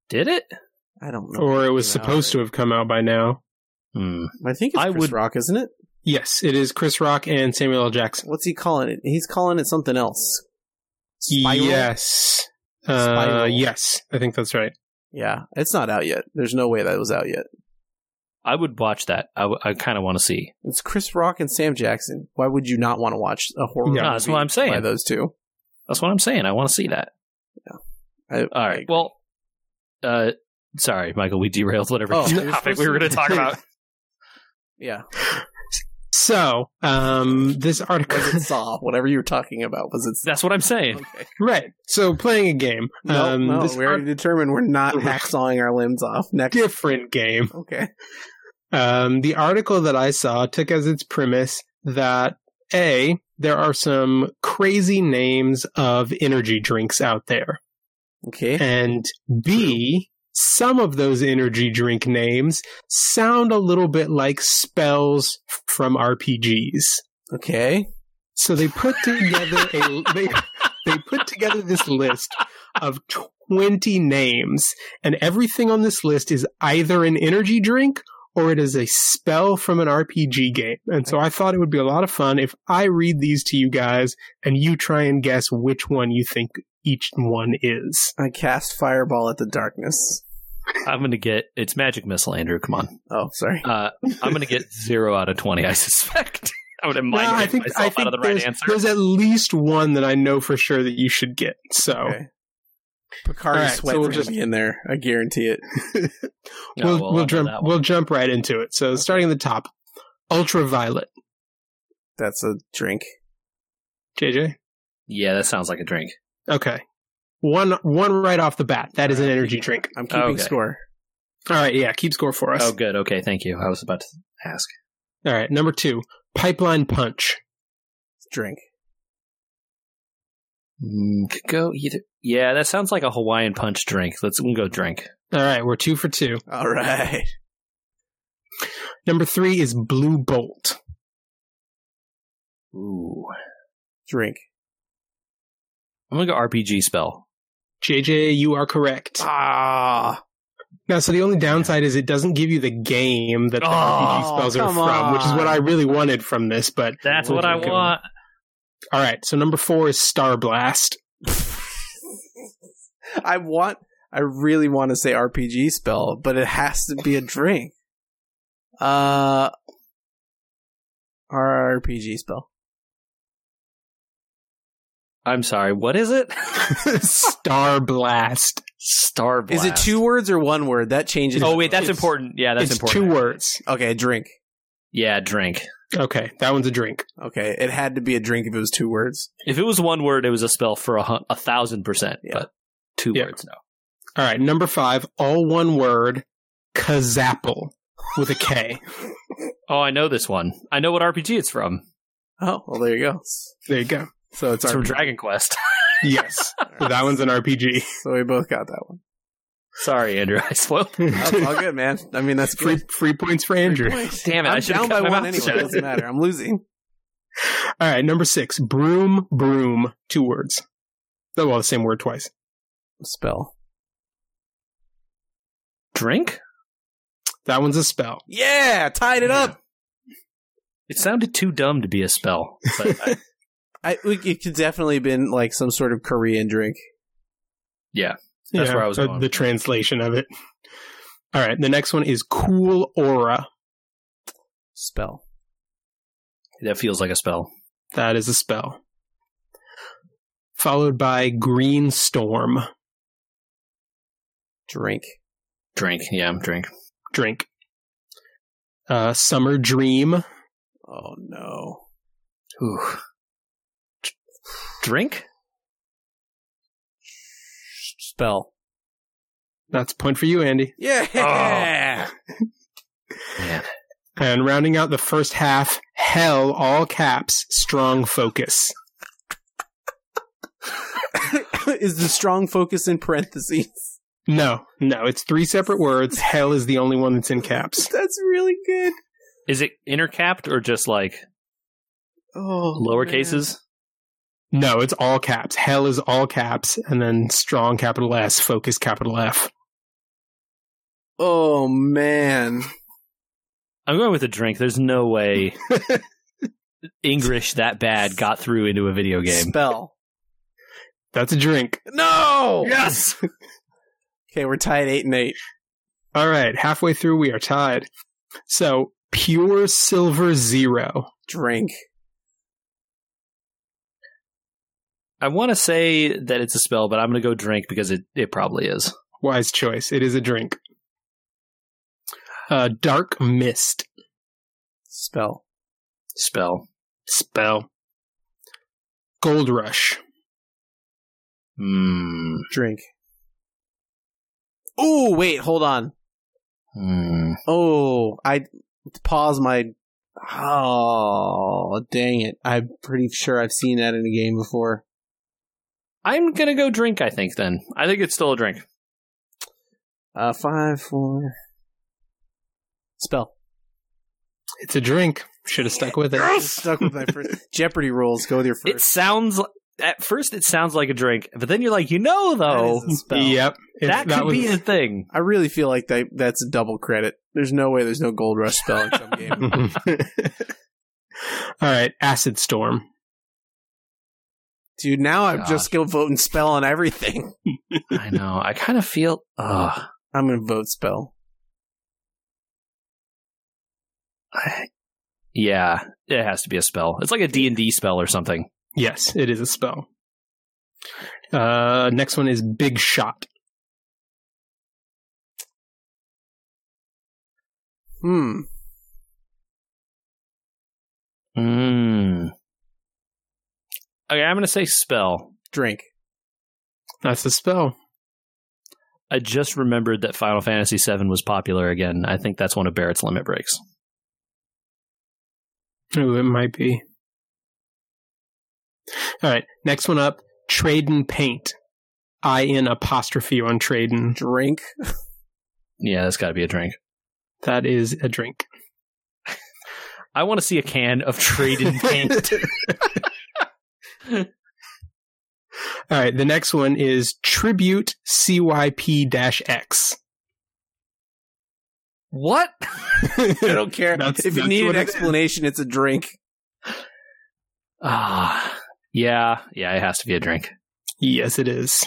[SPEAKER 1] Did it?
[SPEAKER 2] I don't know.
[SPEAKER 3] or it was
[SPEAKER 2] Came out
[SPEAKER 3] supposed to have come out by now.
[SPEAKER 1] Hmm.
[SPEAKER 2] I think it's
[SPEAKER 1] I
[SPEAKER 2] Chris
[SPEAKER 1] would-
[SPEAKER 2] Rock, isn't it?
[SPEAKER 3] Yes, it is Chris Rock and Samuel L. Jackson.
[SPEAKER 2] What's he calling it? He's calling it something else. Spiral?
[SPEAKER 3] Yes. Uh,
[SPEAKER 2] Spiral.
[SPEAKER 3] yes, I think that's right.
[SPEAKER 2] Yeah, it's not out yet. There's no way that was out yet.
[SPEAKER 1] I would watch that. I, w- I kind of want to see.
[SPEAKER 2] It's Chris Rock and Sam Jackson. Why would you not want to watch a horror?
[SPEAKER 3] Yeah,
[SPEAKER 1] No, that's
[SPEAKER 2] movie
[SPEAKER 1] what I'm saying.
[SPEAKER 2] By those two.
[SPEAKER 1] That's what I'm saying. I want to see that.
[SPEAKER 2] I,
[SPEAKER 1] All right. Well, uh, sorry, Michael. We derailed whatever (laughs)
[SPEAKER 2] Oh, we were
[SPEAKER 1] topic
[SPEAKER 2] supposed
[SPEAKER 1] we were
[SPEAKER 2] to-
[SPEAKER 1] going to talk
[SPEAKER 3] (laughs)
[SPEAKER 1] about.
[SPEAKER 2] yeah.
[SPEAKER 3] So, um, this article,
[SPEAKER 2] Was it Saw? (laughs) Whatever you were talking about was it? Saw?
[SPEAKER 1] That's what I'm saying.
[SPEAKER 2] Okay.
[SPEAKER 3] (laughs) right? So, playing a game.
[SPEAKER 2] (laughs) No,
[SPEAKER 3] um,
[SPEAKER 2] no.
[SPEAKER 3] this
[SPEAKER 2] We already
[SPEAKER 3] art-
[SPEAKER 2] determined we're (laughs) not hacksawing our limbs off. Next.
[SPEAKER 3] different game.
[SPEAKER 2] Okay.
[SPEAKER 3] Um, the article that I saw took as its premise that a there are some crazy names of energy drinks out there.
[SPEAKER 2] Okay.
[SPEAKER 3] and B, some of those energy drink names sound a little bit like spells from RPGs.
[SPEAKER 2] Okay.
[SPEAKER 3] So they put together a they they put together this list of 20 names and everything on this list is either an energy drink or it is a spell from an RPG game. And so I thought it would be a lot of fun if I read these to you guys and you try and guess which one you think each one is.
[SPEAKER 2] I cast fireball at the darkness.
[SPEAKER 1] I'm going to get it's magic missile, Andrew. Come on.
[SPEAKER 2] Oh, sorry.
[SPEAKER 1] Uh, I'm going to
[SPEAKER 3] (laughs)
[SPEAKER 1] get zero out of 20, I suspect. (laughs) I would have
[SPEAKER 3] No,
[SPEAKER 1] minded
[SPEAKER 3] I think
[SPEAKER 1] myself
[SPEAKER 3] I think
[SPEAKER 1] out of the
[SPEAKER 3] there's,
[SPEAKER 1] right answer.
[SPEAKER 3] there's at least one that I know for sure that you should get. So
[SPEAKER 2] Okay. Picard
[SPEAKER 3] All right,
[SPEAKER 2] sweat
[SPEAKER 3] so we'll
[SPEAKER 2] will
[SPEAKER 3] just-
[SPEAKER 2] just be in there. I guarantee it. (laughs)
[SPEAKER 1] No,
[SPEAKER 3] we'll
[SPEAKER 1] well,
[SPEAKER 3] we'll
[SPEAKER 1] I'll do
[SPEAKER 3] jump
[SPEAKER 1] that one.
[SPEAKER 3] we'll jump right into it. So starting at the top, ultraviolet.
[SPEAKER 2] That's a drink.
[SPEAKER 3] JJ.
[SPEAKER 1] Yeah, that sounds like a drink.
[SPEAKER 3] Okay. One one right off the bat. That is an
[SPEAKER 2] All right.
[SPEAKER 3] energy drink.
[SPEAKER 2] I'm keeping
[SPEAKER 1] Okay.
[SPEAKER 2] score.
[SPEAKER 3] All right, yeah, keep score for us.
[SPEAKER 1] Oh, good. Okay, thank you. I was about to ask. Oh.
[SPEAKER 3] All right, number 2, pipeline punch.
[SPEAKER 2] Drink.
[SPEAKER 1] Mm, could go either. Yeah, that sounds like a Hawaiian punch drink. Let's we'll go drink.
[SPEAKER 3] All right, we're 2 for 2.
[SPEAKER 2] All right.
[SPEAKER 3] Number 3 is blue bolt.
[SPEAKER 1] Ooh,
[SPEAKER 2] Drink.
[SPEAKER 1] I'm gonna go RPG spell.
[SPEAKER 3] JJ, you are correct.
[SPEAKER 2] Ah.
[SPEAKER 3] Now, so the only downside is it doesn't give you the game that the
[SPEAKER 1] Oh,
[SPEAKER 3] RPG spells are
[SPEAKER 2] come
[SPEAKER 3] from, which is what
[SPEAKER 2] on.
[SPEAKER 3] I really wanted from this. But
[SPEAKER 1] That's what I want.
[SPEAKER 3] all right, so number four is Star
[SPEAKER 1] (laughs)
[SPEAKER 3] Blast.
[SPEAKER 2] I want. I really want to say RPG spell, but it has to be a drink. Uh. RPG spell.
[SPEAKER 1] I'm sorry. What is it?
[SPEAKER 3] Star Blast.
[SPEAKER 1] Star blast.
[SPEAKER 2] Is it two words or one word? That changes.
[SPEAKER 1] Oh wait, that's
[SPEAKER 3] It's-
[SPEAKER 1] important. Yeah, that's
[SPEAKER 3] it's
[SPEAKER 1] important.
[SPEAKER 3] two words.
[SPEAKER 2] Okay, drink.
[SPEAKER 1] Yeah, drink.
[SPEAKER 3] Okay, that one's a drink.
[SPEAKER 2] Okay, it had to be a drink if it was two words.
[SPEAKER 1] If it was one word, it was a spell for a, hun- a thousand percent.
[SPEAKER 2] Yeah.
[SPEAKER 1] But two
[SPEAKER 3] Yeah.
[SPEAKER 1] words, no.
[SPEAKER 3] All right, number five, all one word, Kazapple with a K.
[SPEAKER 1] Oh, I know this one. I know what RPG it's from.
[SPEAKER 2] Oh, well, there you go.
[SPEAKER 3] there you go.
[SPEAKER 2] So it's
[SPEAKER 1] It's from
[SPEAKER 2] our.
[SPEAKER 1] Dragon Quest. (laughs)
[SPEAKER 3] Yes, that one's an RPG.
[SPEAKER 2] So we both got that one.
[SPEAKER 1] sorry, Andrew. I spoiled.
[SPEAKER 3] (laughs)
[SPEAKER 2] That's all good, man. I mean, that's
[SPEAKER 3] free,
[SPEAKER 2] good.
[SPEAKER 3] free points for Andrew.
[SPEAKER 1] Damn it! I
[SPEAKER 2] I'm
[SPEAKER 1] should've
[SPEAKER 2] down by
[SPEAKER 1] cut my
[SPEAKER 2] one
[SPEAKER 1] mouth
[SPEAKER 2] anyway.
[SPEAKER 1] shut.
[SPEAKER 2] It doesn't matter. I'm losing.
[SPEAKER 3] All right, number six, broom, broom, two words. Oh, well, the same word twice.
[SPEAKER 2] Spell.
[SPEAKER 1] Drink?
[SPEAKER 3] That one's a spell.
[SPEAKER 2] Yeah, tied it up.
[SPEAKER 1] It sounded too dumb to be a spell. But (laughs) I,
[SPEAKER 2] I, we- it could definitely been like some sort of Korean drink.
[SPEAKER 1] That's where I was
[SPEAKER 3] uh,
[SPEAKER 1] going.
[SPEAKER 3] The translation of it. All right. The next one is cool aura.
[SPEAKER 2] Spell.
[SPEAKER 1] that feels like a spell.
[SPEAKER 3] That is a spell. Followed by green storm.
[SPEAKER 2] Drink.
[SPEAKER 1] Drink. Yeah, drink.
[SPEAKER 3] Drink. Uh, summer dream.
[SPEAKER 2] Oh no.
[SPEAKER 1] Ooh. D- Drink?
[SPEAKER 2] Spell.
[SPEAKER 3] That's a point for you, Andy.
[SPEAKER 2] Yeah.
[SPEAKER 1] Man.
[SPEAKER 3] And rounding out the first half, hell, all caps, strong focus.
[SPEAKER 2] (laughs) Is the strong focus in parentheses?
[SPEAKER 3] No, no, it's three separate words. Hell is the only one that's in caps.
[SPEAKER 2] (laughs) That's really good.
[SPEAKER 1] Is it intercapped or just like
[SPEAKER 2] Oh,
[SPEAKER 1] lower
[SPEAKER 2] man.
[SPEAKER 1] cases?
[SPEAKER 3] No, it's all caps. Hell is all caps, and then strong capital S, focus capital F.
[SPEAKER 2] Oh man.
[SPEAKER 1] I'm going with a drink. There's no way English that bad got through into a video game.
[SPEAKER 2] Spell.
[SPEAKER 3] That's a drink.
[SPEAKER 2] No. (laughs)
[SPEAKER 1] Yes!
[SPEAKER 2] Okay, we're tied eight and eight.
[SPEAKER 3] All right, halfway through we are tied. So, pure silver zero.
[SPEAKER 2] Drink.
[SPEAKER 1] I want to say that it's a spell, but I'm going to go drink because it, it probably is.
[SPEAKER 3] Wise choice. It is a drink. Uh, dark mist
[SPEAKER 2] Spell.
[SPEAKER 1] Spell.
[SPEAKER 3] spell. Gold rush.
[SPEAKER 1] Hmm.
[SPEAKER 2] Drink. Oh wait, hold on.
[SPEAKER 1] Hmm.
[SPEAKER 2] Oh, I pause my. Oh, dang it! I'm pretty sure I've seen that in a game before.
[SPEAKER 1] I'm going to go drink, I think, then. I think it's still a drink.
[SPEAKER 2] Uh, five, four. Spell.
[SPEAKER 3] It's a drink. Should have
[SPEAKER 2] (laughs)
[SPEAKER 3] stuck with it.
[SPEAKER 2] Stuck with my first Jeopardy rules. Go with your
[SPEAKER 1] It
[SPEAKER 2] first.
[SPEAKER 1] sounds like. At first, it sounds like a drink, but then you're like, you know,
[SPEAKER 2] That
[SPEAKER 1] though,
[SPEAKER 2] is a spell.
[SPEAKER 3] Yep. It-
[SPEAKER 1] that, could
[SPEAKER 3] was-
[SPEAKER 1] be a thing.
[SPEAKER 2] I really feel like that. That's a double credit. There's no way there's no gold rush spell in some
[SPEAKER 3] (laughs)
[SPEAKER 2] game.
[SPEAKER 3] All right, acid storm.
[SPEAKER 2] Dude, now I'm
[SPEAKER 1] God.
[SPEAKER 2] just going to vote and spell on everything.
[SPEAKER 1] I know. I kind of feel. Uh,
[SPEAKER 2] I'm going to vote spell.
[SPEAKER 1] I, yeah, it has to be a spell. It's like a D and D spell or something.
[SPEAKER 3] Yes, it is a spell. Uh, next one is big shot.
[SPEAKER 2] Hmm.
[SPEAKER 3] Hmm.
[SPEAKER 1] Mm. Okay, I'm gonna say spell.
[SPEAKER 2] Drink.
[SPEAKER 3] That's a spell.
[SPEAKER 1] I just remembered that Final Fantasy VII was popular again. I think that's one of Barrett's limit breaks.
[SPEAKER 3] Ooh, it might be. All right, next one up, Traden paint. I N apostrophe on Traden.
[SPEAKER 2] Drink.
[SPEAKER 1] Yeah, that's got to be a drink.
[SPEAKER 3] That is a drink.
[SPEAKER 1] I want to see a can of trade
[SPEAKER 3] (laughs)
[SPEAKER 1] in paint.
[SPEAKER 3] All right, the next one is tribute CYP X.
[SPEAKER 1] what?
[SPEAKER 2] I don't care.
[SPEAKER 3] (laughs) That's-
[SPEAKER 2] if you
[SPEAKER 3] that's
[SPEAKER 2] need
[SPEAKER 3] what
[SPEAKER 2] an
[SPEAKER 3] it is.
[SPEAKER 2] explanation, it's a drink.
[SPEAKER 1] Ah, yeah, yeah. It has to be a drink.
[SPEAKER 3] Yes, it is.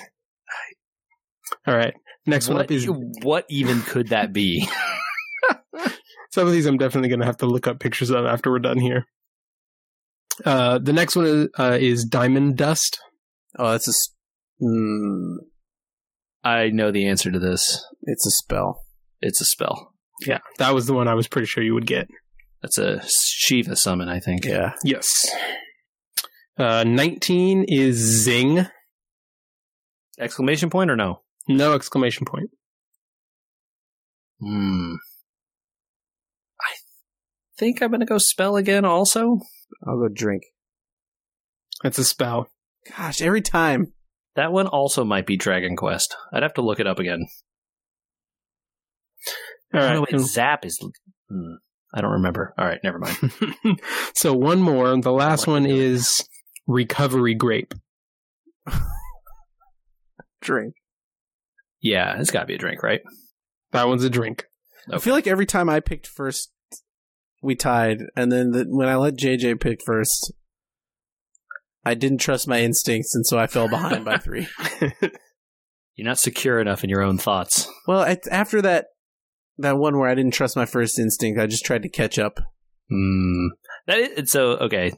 [SPEAKER 3] All right, next one
[SPEAKER 1] what,
[SPEAKER 3] up is
[SPEAKER 1] what even could that be?
[SPEAKER 3] Some of these I'm definitely going to have to look up pictures of after we're done here. Uh, the next one is, uh, is diamond dust.
[SPEAKER 2] Oh, that's a. s- Hmm.
[SPEAKER 1] I know the answer to this.
[SPEAKER 2] It's a spell.
[SPEAKER 1] It's a spell.
[SPEAKER 3] Yeah, that was the one I was pretty sure you would get.
[SPEAKER 1] That's a Shiva summon, I think.
[SPEAKER 2] Yeah.
[SPEAKER 3] Yes. Uh, 19 is zing.
[SPEAKER 1] Exclamation point or no?
[SPEAKER 3] No exclamation point.
[SPEAKER 1] Hmm. I think I'm gonna go spell again. Also,
[SPEAKER 2] I'll go drink.
[SPEAKER 3] That's a spell.
[SPEAKER 2] Gosh, every time.
[SPEAKER 1] that one also might be Dragon Quest. I'd have to look it up again.
[SPEAKER 3] All
[SPEAKER 1] Oh,
[SPEAKER 3] right.
[SPEAKER 1] no, wait, Zap is. Hmm. I don't remember. All right, never mind.
[SPEAKER 3] (laughs) so one more. The last
[SPEAKER 1] What
[SPEAKER 3] one
[SPEAKER 1] are you doing?
[SPEAKER 3] is recovery grape.
[SPEAKER 2] Drink.
[SPEAKER 1] (laughs) Yeah, it's got to be a drink, right?
[SPEAKER 3] That one's a drink.
[SPEAKER 2] I feel like every time I picked first, we tied. And then the, when I let JJ pick first, I didn't trust my instincts, and so I fell
[SPEAKER 1] (laughs)
[SPEAKER 2] behind by three.
[SPEAKER 1] You're not secure enough in your own thoughts.
[SPEAKER 2] Well, it's after that that one where I didn't trust my first instinct, I just tried to catch up.
[SPEAKER 1] Hmm. That is, it's so okay.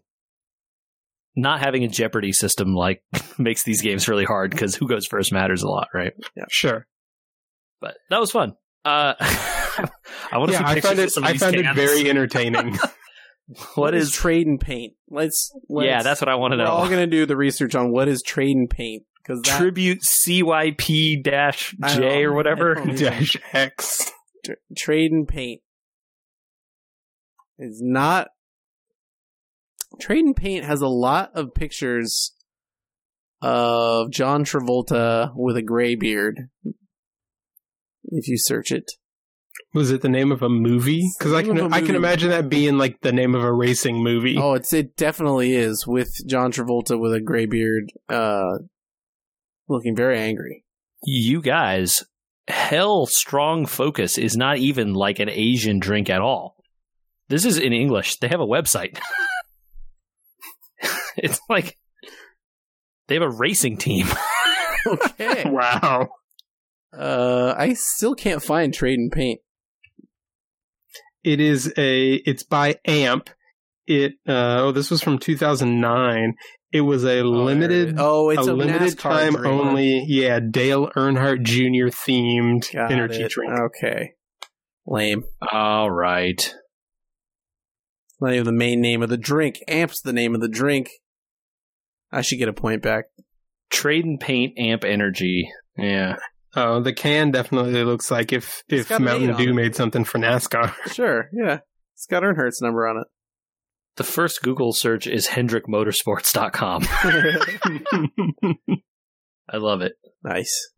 [SPEAKER 1] Not having a Jeopardy system like (laughs) makes these games really hard because who goes first matters a lot, right?
[SPEAKER 3] Sure.
[SPEAKER 1] But that was fun. Uh, (laughs) I want to
[SPEAKER 3] yeah,
[SPEAKER 1] see
[SPEAKER 3] I
[SPEAKER 1] pictures
[SPEAKER 3] found
[SPEAKER 1] of
[SPEAKER 3] it.
[SPEAKER 1] some of
[SPEAKER 3] I
[SPEAKER 1] these
[SPEAKER 3] found it
[SPEAKER 1] cans.
[SPEAKER 2] (laughs)
[SPEAKER 3] very entertaining.
[SPEAKER 1] (laughs) What is?
[SPEAKER 2] trade and paint? Let's, let's
[SPEAKER 1] yeah, that's what I want to
[SPEAKER 2] we're
[SPEAKER 1] know.
[SPEAKER 2] all gonna do the research on what is trade and paint because
[SPEAKER 1] (laughs)
[SPEAKER 2] that
[SPEAKER 1] Tribute CYP dash
[SPEAKER 2] I don't-
[SPEAKER 1] J or (laughs)
[SPEAKER 2] I (laughs)
[SPEAKER 1] whatever.
[SPEAKER 2] don't-
[SPEAKER 3] Dash X.
[SPEAKER 2] tr- trade and paint is not trade and paint has a lot of pictures of John Travolta with a gray beard. If you search it,
[SPEAKER 3] Was it the name of a movie? Because I
[SPEAKER 2] Name of
[SPEAKER 3] can
[SPEAKER 2] a
[SPEAKER 3] I can
[SPEAKER 2] movie.
[SPEAKER 3] imagine that being like the name of a racing movie. (laughs)
[SPEAKER 2] Oh, it's it definitely is with John Travolta with a gray beard, uh, looking very angry. (laughs)
[SPEAKER 1] You guys, hell, strong focus is not even like an Asian drink at all. This is in English. They have a website. (laughs) it's like they have a racing team. (laughs)
[SPEAKER 3] (laughs)
[SPEAKER 2] Okay,
[SPEAKER 3] Wow.
[SPEAKER 2] uh, I still can't find trade and paint.
[SPEAKER 3] It is a it's by Amp. It uh, oh this was from 2009. It was a limited
[SPEAKER 2] Oh, it's a,
[SPEAKER 3] a, limited
[SPEAKER 2] NASCAR
[SPEAKER 3] time
[SPEAKER 2] drink.
[SPEAKER 3] only yeah, Dale Earnhardt Jr. themed
[SPEAKER 2] Got
[SPEAKER 3] energy
[SPEAKER 2] it.
[SPEAKER 3] drink.
[SPEAKER 2] Okay, lame.
[SPEAKER 1] All right.
[SPEAKER 2] It's not even the main name of the drink. Amp's the name of the drink. I should get a point back.
[SPEAKER 1] Trade and paint amp energy. Yeah.
[SPEAKER 3] Oh, the can definitely looks like if
[SPEAKER 2] It's
[SPEAKER 3] if
[SPEAKER 2] got made
[SPEAKER 3] Mountain
[SPEAKER 2] on
[SPEAKER 3] Dew
[SPEAKER 2] it.
[SPEAKER 3] made something for NASCAR.
[SPEAKER 2] (laughs) Sure, yeah. It's got Earnhardt's number on
[SPEAKER 1] The first Google search is hendrickmotorsports.com.
[SPEAKER 2] it.
[SPEAKER 1] (laughs) I love it.
[SPEAKER 2] nice.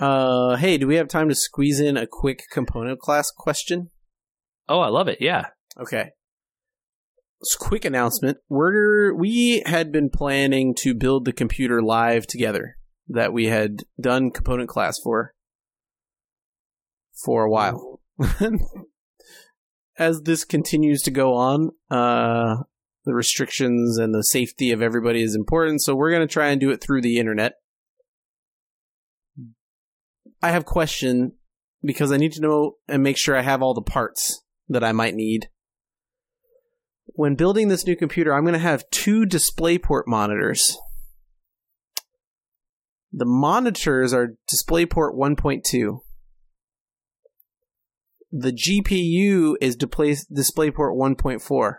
[SPEAKER 2] Uh, hey, do we have time to squeeze in a quick component class question?
[SPEAKER 1] Oh, I love it. Yeah.
[SPEAKER 2] Okay. It's a quick announcement. We're we had been planning to build the computer live together that we had done component class for for a while. (laughs) as this continues to go on, uh, the restrictions and the safety of everybody is important. So we're going to try and do it through the internet. I have question because I need to know and make sure I have all the parts that I might need. When building this new computer, I'm going to have two DisplayPort monitors. The monitors are DisplayPort 1.2 the GPU is display, DisplayPort 1.4.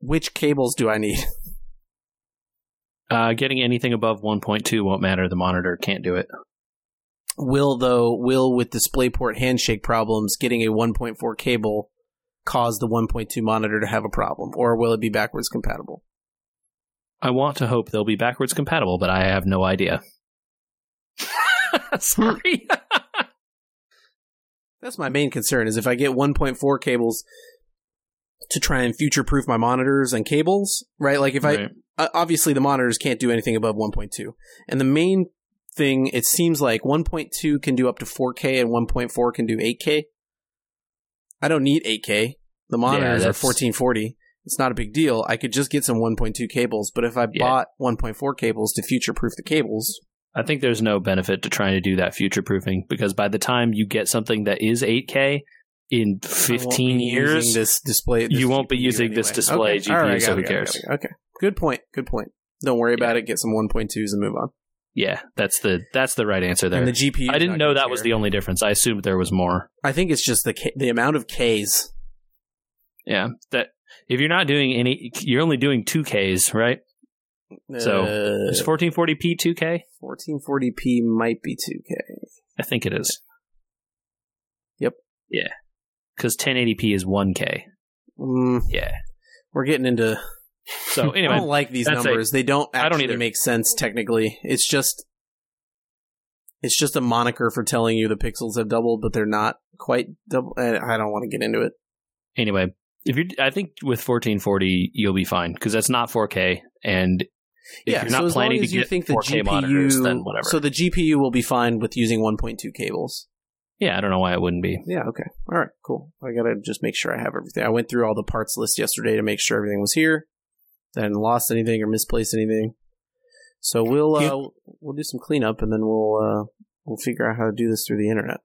[SPEAKER 2] Which cables do I need? (laughs)
[SPEAKER 1] Uh, getting anything above 1.2 won't matter. The monitor can't do it.
[SPEAKER 2] Will though, will with DisplayPort handshake problems, getting a 1.4 cable cause the 1.2 monitor to have a problem, or will it be backwards compatible?
[SPEAKER 1] I want to hope they'll be backwards compatible, but I have no idea. Sorry.
[SPEAKER 2] That's my main concern is if I get 1.4 cables to try and future proof my monitors and cables, right? Like (laughs) if
[SPEAKER 1] Right.
[SPEAKER 2] I uh, obviously the monitors can't do anything above 1.2. And the main thing it seems like 1.2 can do up to 4K and 1.4 can do 8K. I don't need 8K. The monitors are
[SPEAKER 1] that's-
[SPEAKER 2] 1440. It's not a big deal. I could just get some 1.2 cables, but if I
[SPEAKER 1] Yeah.
[SPEAKER 2] bought 1.4 cables to future proof the cables,
[SPEAKER 1] I think there's no benefit to trying to do that future proofing because by the time you get something that is 8K in
[SPEAKER 2] I won't
[SPEAKER 1] 15
[SPEAKER 2] be
[SPEAKER 1] years,
[SPEAKER 2] using this display.
[SPEAKER 1] you
[SPEAKER 2] this
[SPEAKER 1] won't be
[SPEAKER 2] GPU
[SPEAKER 1] using this display
[SPEAKER 2] Okay.
[SPEAKER 1] GPU,
[SPEAKER 2] All right,
[SPEAKER 1] so
[SPEAKER 2] got
[SPEAKER 1] who
[SPEAKER 2] it, got it,
[SPEAKER 1] cares?
[SPEAKER 2] got it. Okay, good point. Good point. Don't worry about it. Get some 1.2s and move on.
[SPEAKER 1] yeah, that's the that's the right answer there.
[SPEAKER 2] And the GPU.
[SPEAKER 1] I didn't know that was the
[SPEAKER 2] Only-
[SPEAKER 1] only difference. I assumed there was more.
[SPEAKER 2] I think it's just the K- the amount of Ks.
[SPEAKER 1] Yeah, that if you're not doing any, you're only doing 2Ks, right? So,
[SPEAKER 2] Uh,
[SPEAKER 1] Is 1440p 2K?
[SPEAKER 2] 1440p might be 2K.
[SPEAKER 1] I think it is.
[SPEAKER 2] Yep.
[SPEAKER 1] Yeah, because 1080p is 1K.
[SPEAKER 2] Mm,
[SPEAKER 1] Yeah.
[SPEAKER 2] we're getting into. (laughs)
[SPEAKER 1] So
[SPEAKER 2] I
[SPEAKER 1] anyway,
[SPEAKER 2] don't like these
[SPEAKER 1] that's a-
[SPEAKER 2] numbers. they don't
[SPEAKER 1] I don't
[SPEAKER 2] actually
[SPEAKER 1] either.
[SPEAKER 2] make sense technically. It's just it's just a moniker for telling you the pixels have doubled, but they're not quite double. I I don't want to get into it.
[SPEAKER 1] anyway, if you, I think with 1440 you'll be fine because that's not 4K, and if
[SPEAKER 2] yeah,
[SPEAKER 1] you're
[SPEAKER 2] so
[SPEAKER 1] not
[SPEAKER 2] as
[SPEAKER 1] planning
[SPEAKER 2] long
[SPEAKER 1] to
[SPEAKER 2] as you
[SPEAKER 1] get
[SPEAKER 2] think the
[SPEAKER 1] 4K
[SPEAKER 2] GPU,
[SPEAKER 1] monitors, then whatever.
[SPEAKER 2] So the GPU will be fine with using 1.2 cables.
[SPEAKER 1] yeah, I don't know why it wouldn't be. (laughs)
[SPEAKER 2] Yeah, okay. All right, cool. I got to just make sure I have everything. I went through all the parts list yesterday to make sure everything was here. I hadn't lost anything or misplaced anything. So we'll
[SPEAKER 3] Yeah.
[SPEAKER 2] uh, we'll do some cleanup and then we'll uh, we'll figure out how to do this through the internet.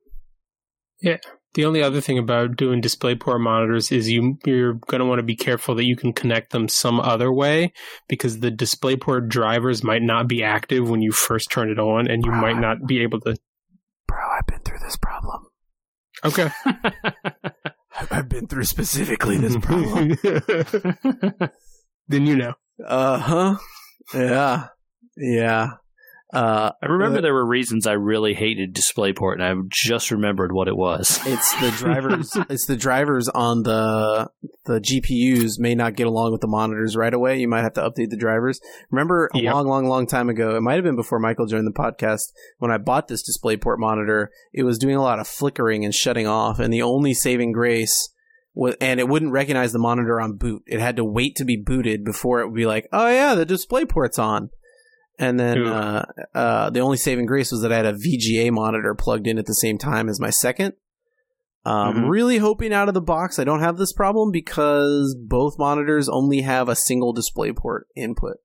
[SPEAKER 3] The only other thing about doing DisplayPort monitors is you you're going to want to be careful that you can connect them some other way because the DisplayPort drivers might not be active when you first turn it on, and you might not be able
[SPEAKER 2] (laughs)
[SPEAKER 3] to.
[SPEAKER 2] Bro, I've been through this problem.
[SPEAKER 3] Okay.
[SPEAKER 2] I've been through specifically (laughs)
[SPEAKER 3] (laughs) then you know.
[SPEAKER 2] uh huh. Yeah. Yeah. Uh,
[SPEAKER 1] I remember
[SPEAKER 2] Uh,
[SPEAKER 1] there were reasons I really hated DisplayPort, and I just remembered what it was.
[SPEAKER 2] it's the
[SPEAKER 3] (laughs)
[SPEAKER 2] drivers it's the drivers on the the GPUs may not get along with the monitors right away. You might have to update the drivers. Remember a
[SPEAKER 3] Yep.
[SPEAKER 2] long, long, long time ago, it might have been before Michael joined the podcast, when I bought this DisplayPort monitor, it was doing a lot of flickering and shutting off, and the only saving grace was and it wouldn't recognize the monitor on boot. It had to wait to be booted before it would be like, Oh yeah, the DisplayPort's on. And then
[SPEAKER 3] Ooh.
[SPEAKER 2] uh, uh, the only saving grace was that I had a VGA monitor plugged in at the same time as my second. Um,
[SPEAKER 1] Mhm.
[SPEAKER 2] Really hoping out of the box I don't have this problem because both monitors only have a single DisplayPort input.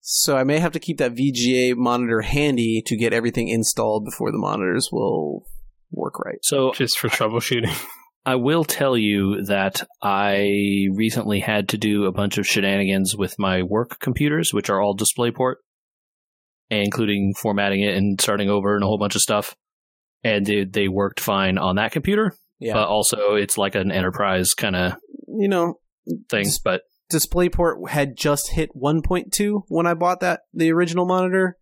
[SPEAKER 2] So I may have to keep that VGA monitor handy to get everything installed before the monitors will work right.
[SPEAKER 1] So
[SPEAKER 3] Just for troubleshooting. (laughs)
[SPEAKER 1] I will tell you that I recently had to do a bunch of shenanigans with my work computers, which are all DisplayPort, including formatting it and starting over and a whole bunch of stuff. And they, they worked fine on that computer,
[SPEAKER 2] Yeah.
[SPEAKER 1] but also it's like an enterprise kind of
[SPEAKER 2] you know,
[SPEAKER 1] thing. But
[SPEAKER 2] DisplayPort had just hit 1.2 when I bought that the original monitor.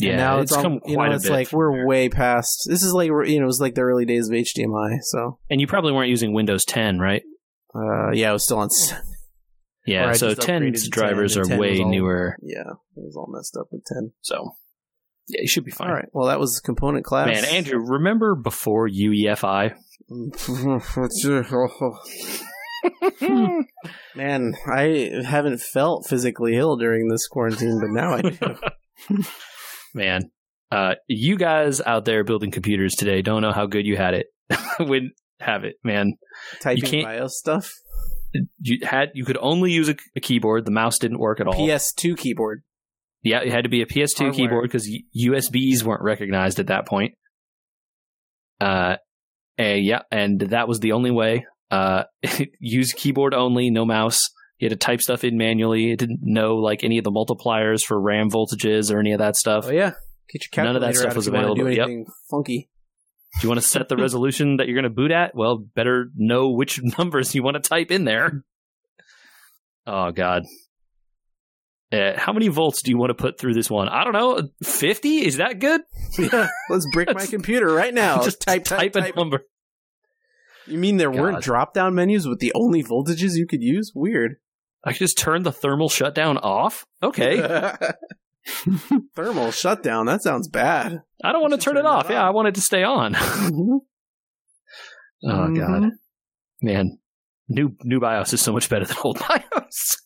[SPEAKER 2] And
[SPEAKER 1] yeah,
[SPEAKER 2] now
[SPEAKER 1] it's,
[SPEAKER 2] it's,
[SPEAKER 1] come
[SPEAKER 2] al- you know,
[SPEAKER 1] quite a
[SPEAKER 2] it's
[SPEAKER 1] bit.
[SPEAKER 2] like we're way past. This is like you know, it was like the early days of HDMI. So
[SPEAKER 1] and you probably weren't using Windows 10, right?
[SPEAKER 2] uh, yeah, it was still on. s-
[SPEAKER 1] Yeah,
[SPEAKER 2] Or I
[SPEAKER 1] so
[SPEAKER 2] just upgraded
[SPEAKER 1] 10's
[SPEAKER 2] to 10,
[SPEAKER 1] drivers
[SPEAKER 2] and
[SPEAKER 1] are
[SPEAKER 2] 10 was
[SPEAKER 1] way
[SPEAKER 2] all-
[SPEAKER 1] newer.
[SPEAKER 2] Yeah, it was all messed up with 10.
[SPEAKER 1] So yeah, you should be fine.
[SPEAKER 2] All right, well that was component class.
[SPEAKER 1] Man, Andrew, remember before E UEFI?
[SPEAKER 2] (laughs) Man, I
[SPEAKER 1] (laughs)
[SPEAKER 2] haven't felt physically ill during this quarantine, but now I do.
[SPEAKER 1] Man, uh, you guys out there building computers today don't know how good you had it (laughs) when have it, man.
[SPEAKER 2] Typing
[SPEAKER 1] can't-
[SPEAKER 2] BIOS stuff.
[SPEAKER 1] You had you could only use a, a keyboard. The mouse didn't work at all.
[SPEAKER 2] PS2 keyboard.
[SPEAKER 1] Yeah, it had to be a PS2
[SPEAKER 2] Hardware.
[SPEAKER 1] keyboard because USBs weren't recognized at that point. Uh, and yeah, and that was the only way. Uh, (laughs) use keyboard only, no mouse. You had to type stuff in manually. It didn't know like any of the multipliers for RAM voltages or any of that stuff.
[SPEAKER 2] Oh yeah, get your calculator
[SPEAKER 1] None of that stuff
[SPEAKER 2] out
[SPEAKER 1] was
[SPEAKER 2] if you wanna
[SPEAKER 1] available.
[SPEAKER 2] Do
[SPEAKER 1] Yep.
[SPEAKER 2] anything funky?
[SPEAKER 1] Do you want to set the resolution that you're going to boot at? Well, better know which (laughs) numbers you want to type in there. Oh God. Uh, how many volts do you want to put through this one? I don't know. Fifty? Is that good?
[SPEAKER 2] yeah, let's
[SPEAKER 1] (laughs)
[SPEAKER 2] brick my computer right now.
[SPEAKER 1] Just
[SPEAKER 2] type, type,
[SPEAKER 1] type a
[SPEAKER 2] type.
[SPEAKER 1] number.
[SPEAKER 2] You mean there weren't
[SPEAKER 1] God.
[SPEAKER 2] drop down menus with the only voltages you could use? Weird.
[SPEAKER 1] I could just turn the thermal shutdown off. Okay.
[SPEAKER 2] (laughs) Thermal shutdown. That sounds bad. (laughs)
[SPEAKER 1] I don't want to
[SPEAKER 2] Just
[SPEAKER 1] turn it
[SPEAKER 2] turn it
[SPEAKER 1] off. Yeah,
[SPEAKER 2] off.
[SPEAKER 1] I want it to stay on. (laughs) oh God,
[SPEAKER 2] Mhm.
[SPEAKER 1] man, new new BIOS is so much better than old (laughs) BIOS.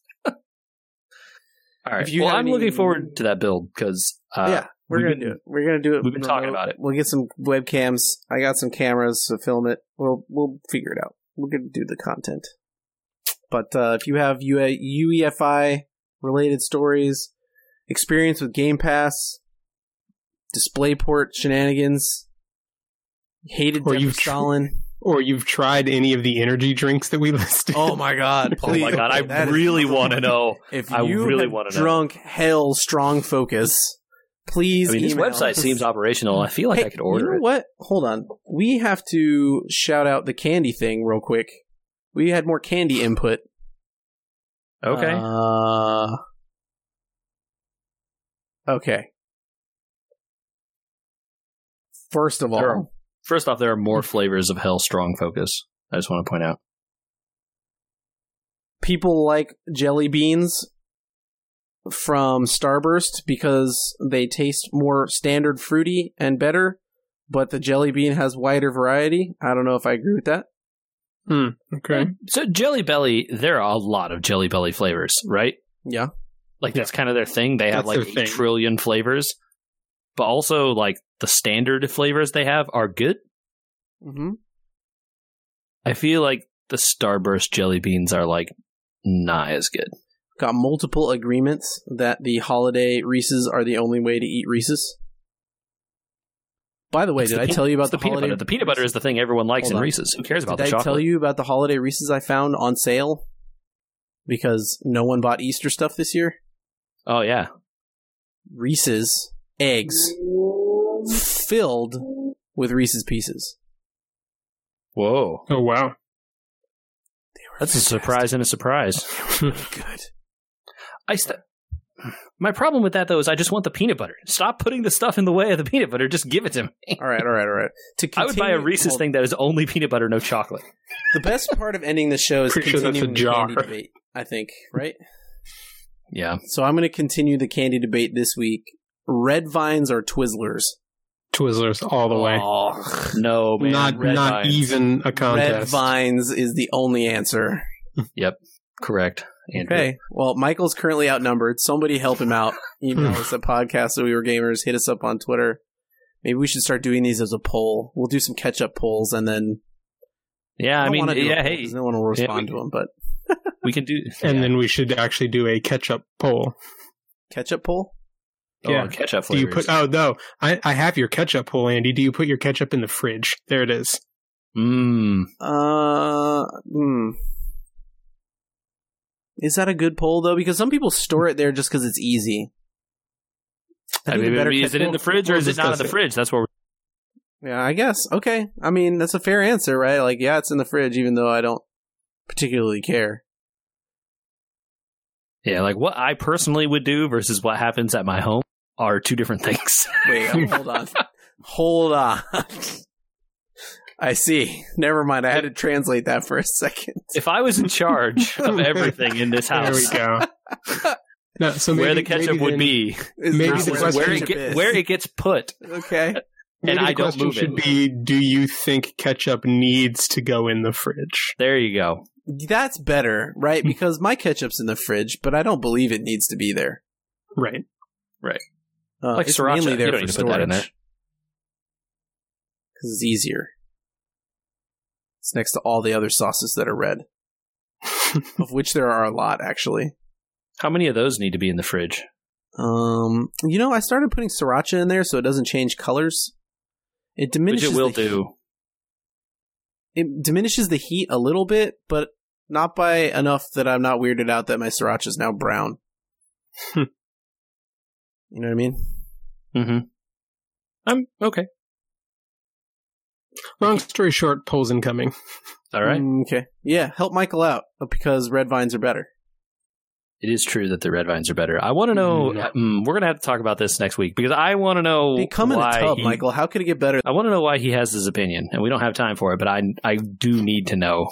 [SPEAKER 1] All right.
[SPEAKER 2] If you
[SPEAKER 1] well,
[SPEAKER 2] have
[SPEAKER 1] I'm
[SPEAKER 2] any-
[SPEAKER 1] looking forward to that build because uh,
[SPEAKER 2] yeah, we're
[SPEAKER 1] we've
[SPEAKER 2] gonna
[SPEAKER 1] been-
[SPEAKER 2] do it. We're gonna do it.
[SPEAKER 1] we've been talking about it.
[SPEAKER 2] We'll get some webcams. I got some cameras to film it. We'll we'll figure it out. We're gonna do the content. But uh, if you have UE UEFI E related stories, experience with Game Pass, DisplayPort shenanigans, hated
[SPEAKER 3] Or
[SPEAKER 2] Deborah
[SPEAKER 3] you've tr-
[SPEAKER 2] Stalin.
[SPEAKER 3] Or you've tried any of the energy drinks that we (laughs) listed?
[SPEAKER 2] oh my (laughs) god!
[SPEAKER 1] (laughs) Oh my
[SPEAKER 2] please.
[SPEAKER 1] god, I
[SPEAKER 2] That is- (laughs)
[SPEAKER 1] really want to know.
[SPEAKER 2] If you
[SPEAKER 1] I really
[SPEAKER 2] have
[SPEAKER 1] wanna know.
[SPEAKER 2] drunk hell strong focus, please.
[SPEAKER 1] I mean, this
[SPEAKER 2] email
[SPEAKER 1] website
[SPEAKER 2] us.
[SPEAKER 1] seems operational. I feel like
[SPEAKER 2] Hey,
[SPEAKER 1] I could order
[SPEAKER 2] you know
[SPEAKER 1] it.
[SPEAKER 2] what? Hold on. We have to shout out the candy thing real quick. We had more candy input.
[SPEAKER 1] Okay.
[SPEAKER 2] Uh, okay. First of all,
[SPEAKER 1] Sure. First off, there are more flavors of Hell Strong Focus. I just want to point out.
[SPEAKER 2] people like jelly beans from Starburst because they taste more standard fruity and better, but the jelly bean has wider variety. I don't know if I agree with that.
[SPEAKER 3] okay.
[SPEAKER 1] So Jelly Belly, there are a lot of Jelly Belly flavors, right?
[SPEAKER 2] Yeah.
[SPEAKER 1] Like that's kind of their thing. They have
[SPEAKER 3] That's
[SPEAKER 1] like
[SPEAKER 3] their
[SPEAKER 1] eight
[SPEAKER 3] thing.
[SPEAKER 1] trillion flavors, but also like the standard flavors they have are good.
[SPEAKER 2] Mm-hmm.
[SPEAKER 1] I feel like the Starburst jelly beans are like not as good.
[SPEAKER 2] got multiple agreements that the holiday Reese's are the only way to eat Reese's. By the way,
[SPEAKER 1] It's
[SPEAKER 2] did
[SPEAKER 1] the
[SPEAKER 2] I
[SPEAKER 1] peanut-
[SPEAKER 2] tell you about
[SPEAKER 1] It's the, peanut
[SPEAKER 2] holiday?
[SPEAKER 1] butter. The peanut butter is the thing everyone likes
[SPEAKER 2] Hold
[SPEAKER 1] in
[SPEAKER 2] on.
[SPEAKER 1] Reese's. Who cares about
[SPEAKER 2] Did
[SPEAKER 1] the
[SPEAKER 2] I
[SPEAKER 1] chocolate?
[SPEAKER 2] tell you about the holiday Reese's I found on sale because no one bought Easter stuff this year?
[SPEAKER 1] oh yeah.
[SPEAKER 2] Reese's eggs filled with Reese's pieces.
[SPEAKER 1] Whoa.
[SPEAKER 3] Oh wow.
[SPEAKER 2] They were
[SPEAKER 1] That's a
[SPEAKER 2] fantastic.
[SPEAKER 1] surprise and a surprise.
[SPEAKER 2] (laughs) Good.
[SPEAKER 1] I st- my problem with that though is I just want the peanut butter. Stop putting the stuff in the way of the peanut butter. Just give it to me.
[SPEAKER 2] All right, all right, all right. To
[SPEAKER 1] I would buy a
[SPEAKER 2] continue-
[SPEAKER 1] Reese's
[SPEAKER 2] hold-
[SPEAKER 1] thing that is only peanut butter, no chocolate.
[SPEAKER 2] The best part of ending the show is
[SPEAKER 3] Pretty sure that's a
[SPEAKER 2] continuing the candy
[SPEAKER 3] jar.
[SPEAKER 2] debate. I think, right?
[SPEAKER 1] Yeah.
[SPEAKER 2] So I'm going to continue the candy debate this week. Red vines are Twizzlers.
[SPEAKER 3] Twizzlers all the way.
[SPEAKER 1] Oh, no man.
[SPEAKER 3] not
[SPEAKER 1] Red
[SPEAKER 3] not e-
[SPEAKER 1] vines.
[SPEAKER 3] even a
[SPEAKER 2] Red
[SPEAKER 3] contest.
[SPEAKER 2] vines is the only answer.
[SPEAKER 1] Correct. Andrew.
[SPEAKER 2] Okay. Well, Michael's currently outnumbered. Somebody help
[SPEAKER 1] (laughs)
[SPEAKER 2] him out. Email us at podcast so we were gamers. Hit us up on Twitter. Maybe we should start doing these as a poll. We'll do some catch up polls and then
[SPEAKER 1] Yeah, I,
[SPEAKER 2] don't
[SPEAKER 1] mean,
[SPEAKER 2] wanna do a
[SPEAKER 1] yeah,
[SPEAKER 2] poll
[SPEAKER 1] hey,
[SPEAKER 2] 'cause no one will
[SPEAKER 1] Yeah,
[SPEAKER 2] respond
[SPEAKER 1] we-
[SPEAKER 2] to them. But
[SPEAKER 1] we can do.
[SPEAKER 3] and
[SPEAKER 1] yeah.
[SPEAKER 3] then we should actually do a catch-up poll.
[SPEAKER 2] catch up poll.
[SPEAKER 1] oh,
[SPEAKER 3] yeah.
[SPEAKER 1] ketchup
[SPEAKER 3] Do
[SPEAKER 1] flavors.
[SPEAKER 3] you put? Oh no, I, I have your ketchup poll, Andy. Do you put your ketchup in the fridge? There it is.
[SPEAKER 1] Mm.
[SPEAKER 2] Uh, hmm. Is that a good poll though? Because some people store it there just because it's easy.
[SPEAKER 1] I
[SPEAKER 2] think the
[SPEAKER 1] mean,
[SPEAKER 2] better
[SPEAKER 1] is it in the
[SPEAKER 2] catch-
[SPEAKER 1] fridge or
[SPEAKER 3] we'll
[SPEAKER 1] is it not in
[SPEAKER 3] discuss
[SPEAKER 1] the
[SPEAKER 3] it.
[SPEAKER 1] fridge? That's what
[SPEAKER 2] Yeah, I guess. Okay. I mean, that's a fair answer, right? Like, yeah, it's in the fridge, even though I don't particularly care.
[SPEAKER 1] we're. Yeah, like what I personally would do versus what happens at my home are two different (laughs) things.
[SPEAKER 2] Wait, um, hold on. Hold on. I see. Never mind. I had to translate that for a second.
[SPEAKER 1] if I was in charge
[SPEAKER 3] (laughs)
[SPEAKER 1] of everything in this
[SPEAKER 3] There we
[SPEAKER 1] house,
[SPEAKER 3] go.
[SPEAKER 1] (laughs)
[SPEAKER 3] No, so
[SPEAKER 1] where the
[SPEAKER 3] maybe-
[SPEAKER 1] ketchup
[SPEAKER 3] maybe
[SPEAKER 1] would
[SPEAKER 3] then-
[SPEAKER 1] be,
[SPEAKER 2] It's
[SPEAKER 3] Maybe
[SPEAKER 2] not
[SPEAKER 3] the
[SPEAKER 2] where
[SPEAKER 3] question-
[SPEAKER 1] where it,
[SPEAKER 2] ketchup
[SPEAKER 1] get,
[SPEAKER 2] is.
[SPEAKER 1] where it gets put,
[SPEAKER 2] (laughs) Okay.
[SPEAKER 1] and
[SPEAKER 3] maybe the
[SPEAKER 1] I don't
[SPEAKER 3] question
[SPEAKER 1] move
[SPEAKER 3] should
[SPEAKER 1] it.
[SPEAKER 3] be: Do you think ketchup needs to go in the fridge?
[SPEAKER 1] There you go.
[SPEAKER 2] That's better,
[SPEAKER 1] Hmm.
[SPEAKER 2] right? Because my ketchup's in the fridge, but I don't believe it needs to be there.
[SPEAKER 3] Right.
[SPEAKER 2] Uh,
[SPEAKER 1] Like
[SPEAKER 2] it's
[SPEAKER 1] sriracha,
[SPEAKER 2] mainly
[SPEAKER 1] you
[SPEAKER 2] there
[SPEAKER 1] don't
[SPEAKER 2] for
[SPEAKER 1] need to put
[SPEAKER 2] storage.
[SPEAKER 1] that in there.
[SPEAKER 2] Because it's easier. It's next to all the other sauces that are red,
[SPEAKER 1] (laughs)
[SPEAKER 2] of which there are a lot actually.
[SPEAKER 1] How many of those need to be in the fridge?
[SPEAKER 2] Um, you know, I started putting sriracha in there so it doesn't change colors. It
[SPEAKER 1] Which
[SPEAKER 2] diminishes.
[SPEAKER 1] it will
[SPEAKER 2] the heat-
[SPEAKER 1] do.
[SPEAKER 2] It diminishes the heat a little bit, but not by enough that I'm not weirded out that my sriracha is
[SPEAKER 1] (laughs)
[SPEAKER 2] now brown.
[SPEAKER 3] Hmm.
[SPEAKER 2] you know what I mean?
[SPEAKER 1] Mm-hmm. I'm okay.
[SPEAKER 3] Long story short, polls incoming.
[SPEAKER 1] All right.
[SPEAKER 2] Mm, okay. Yeah, help Michael out because red vines are better.
[SPEAKER 1] It is true that the red vines are better. I want to know.
[SPEAKER 3] Mm.
[SPEAKER 1] Mm, we're gonna have to talk about this next week because I want to know
[SPEAKER 2] They come in a
[SPEAKER 1] why
[SPEAKER 2] tub,
[SPEAKER 1] he-
[SPEAKER 2] Michael. How could it get better?
[SPEAKER 1] I want to know why he has this opinion, and we don't have time for it. But I I do need to know.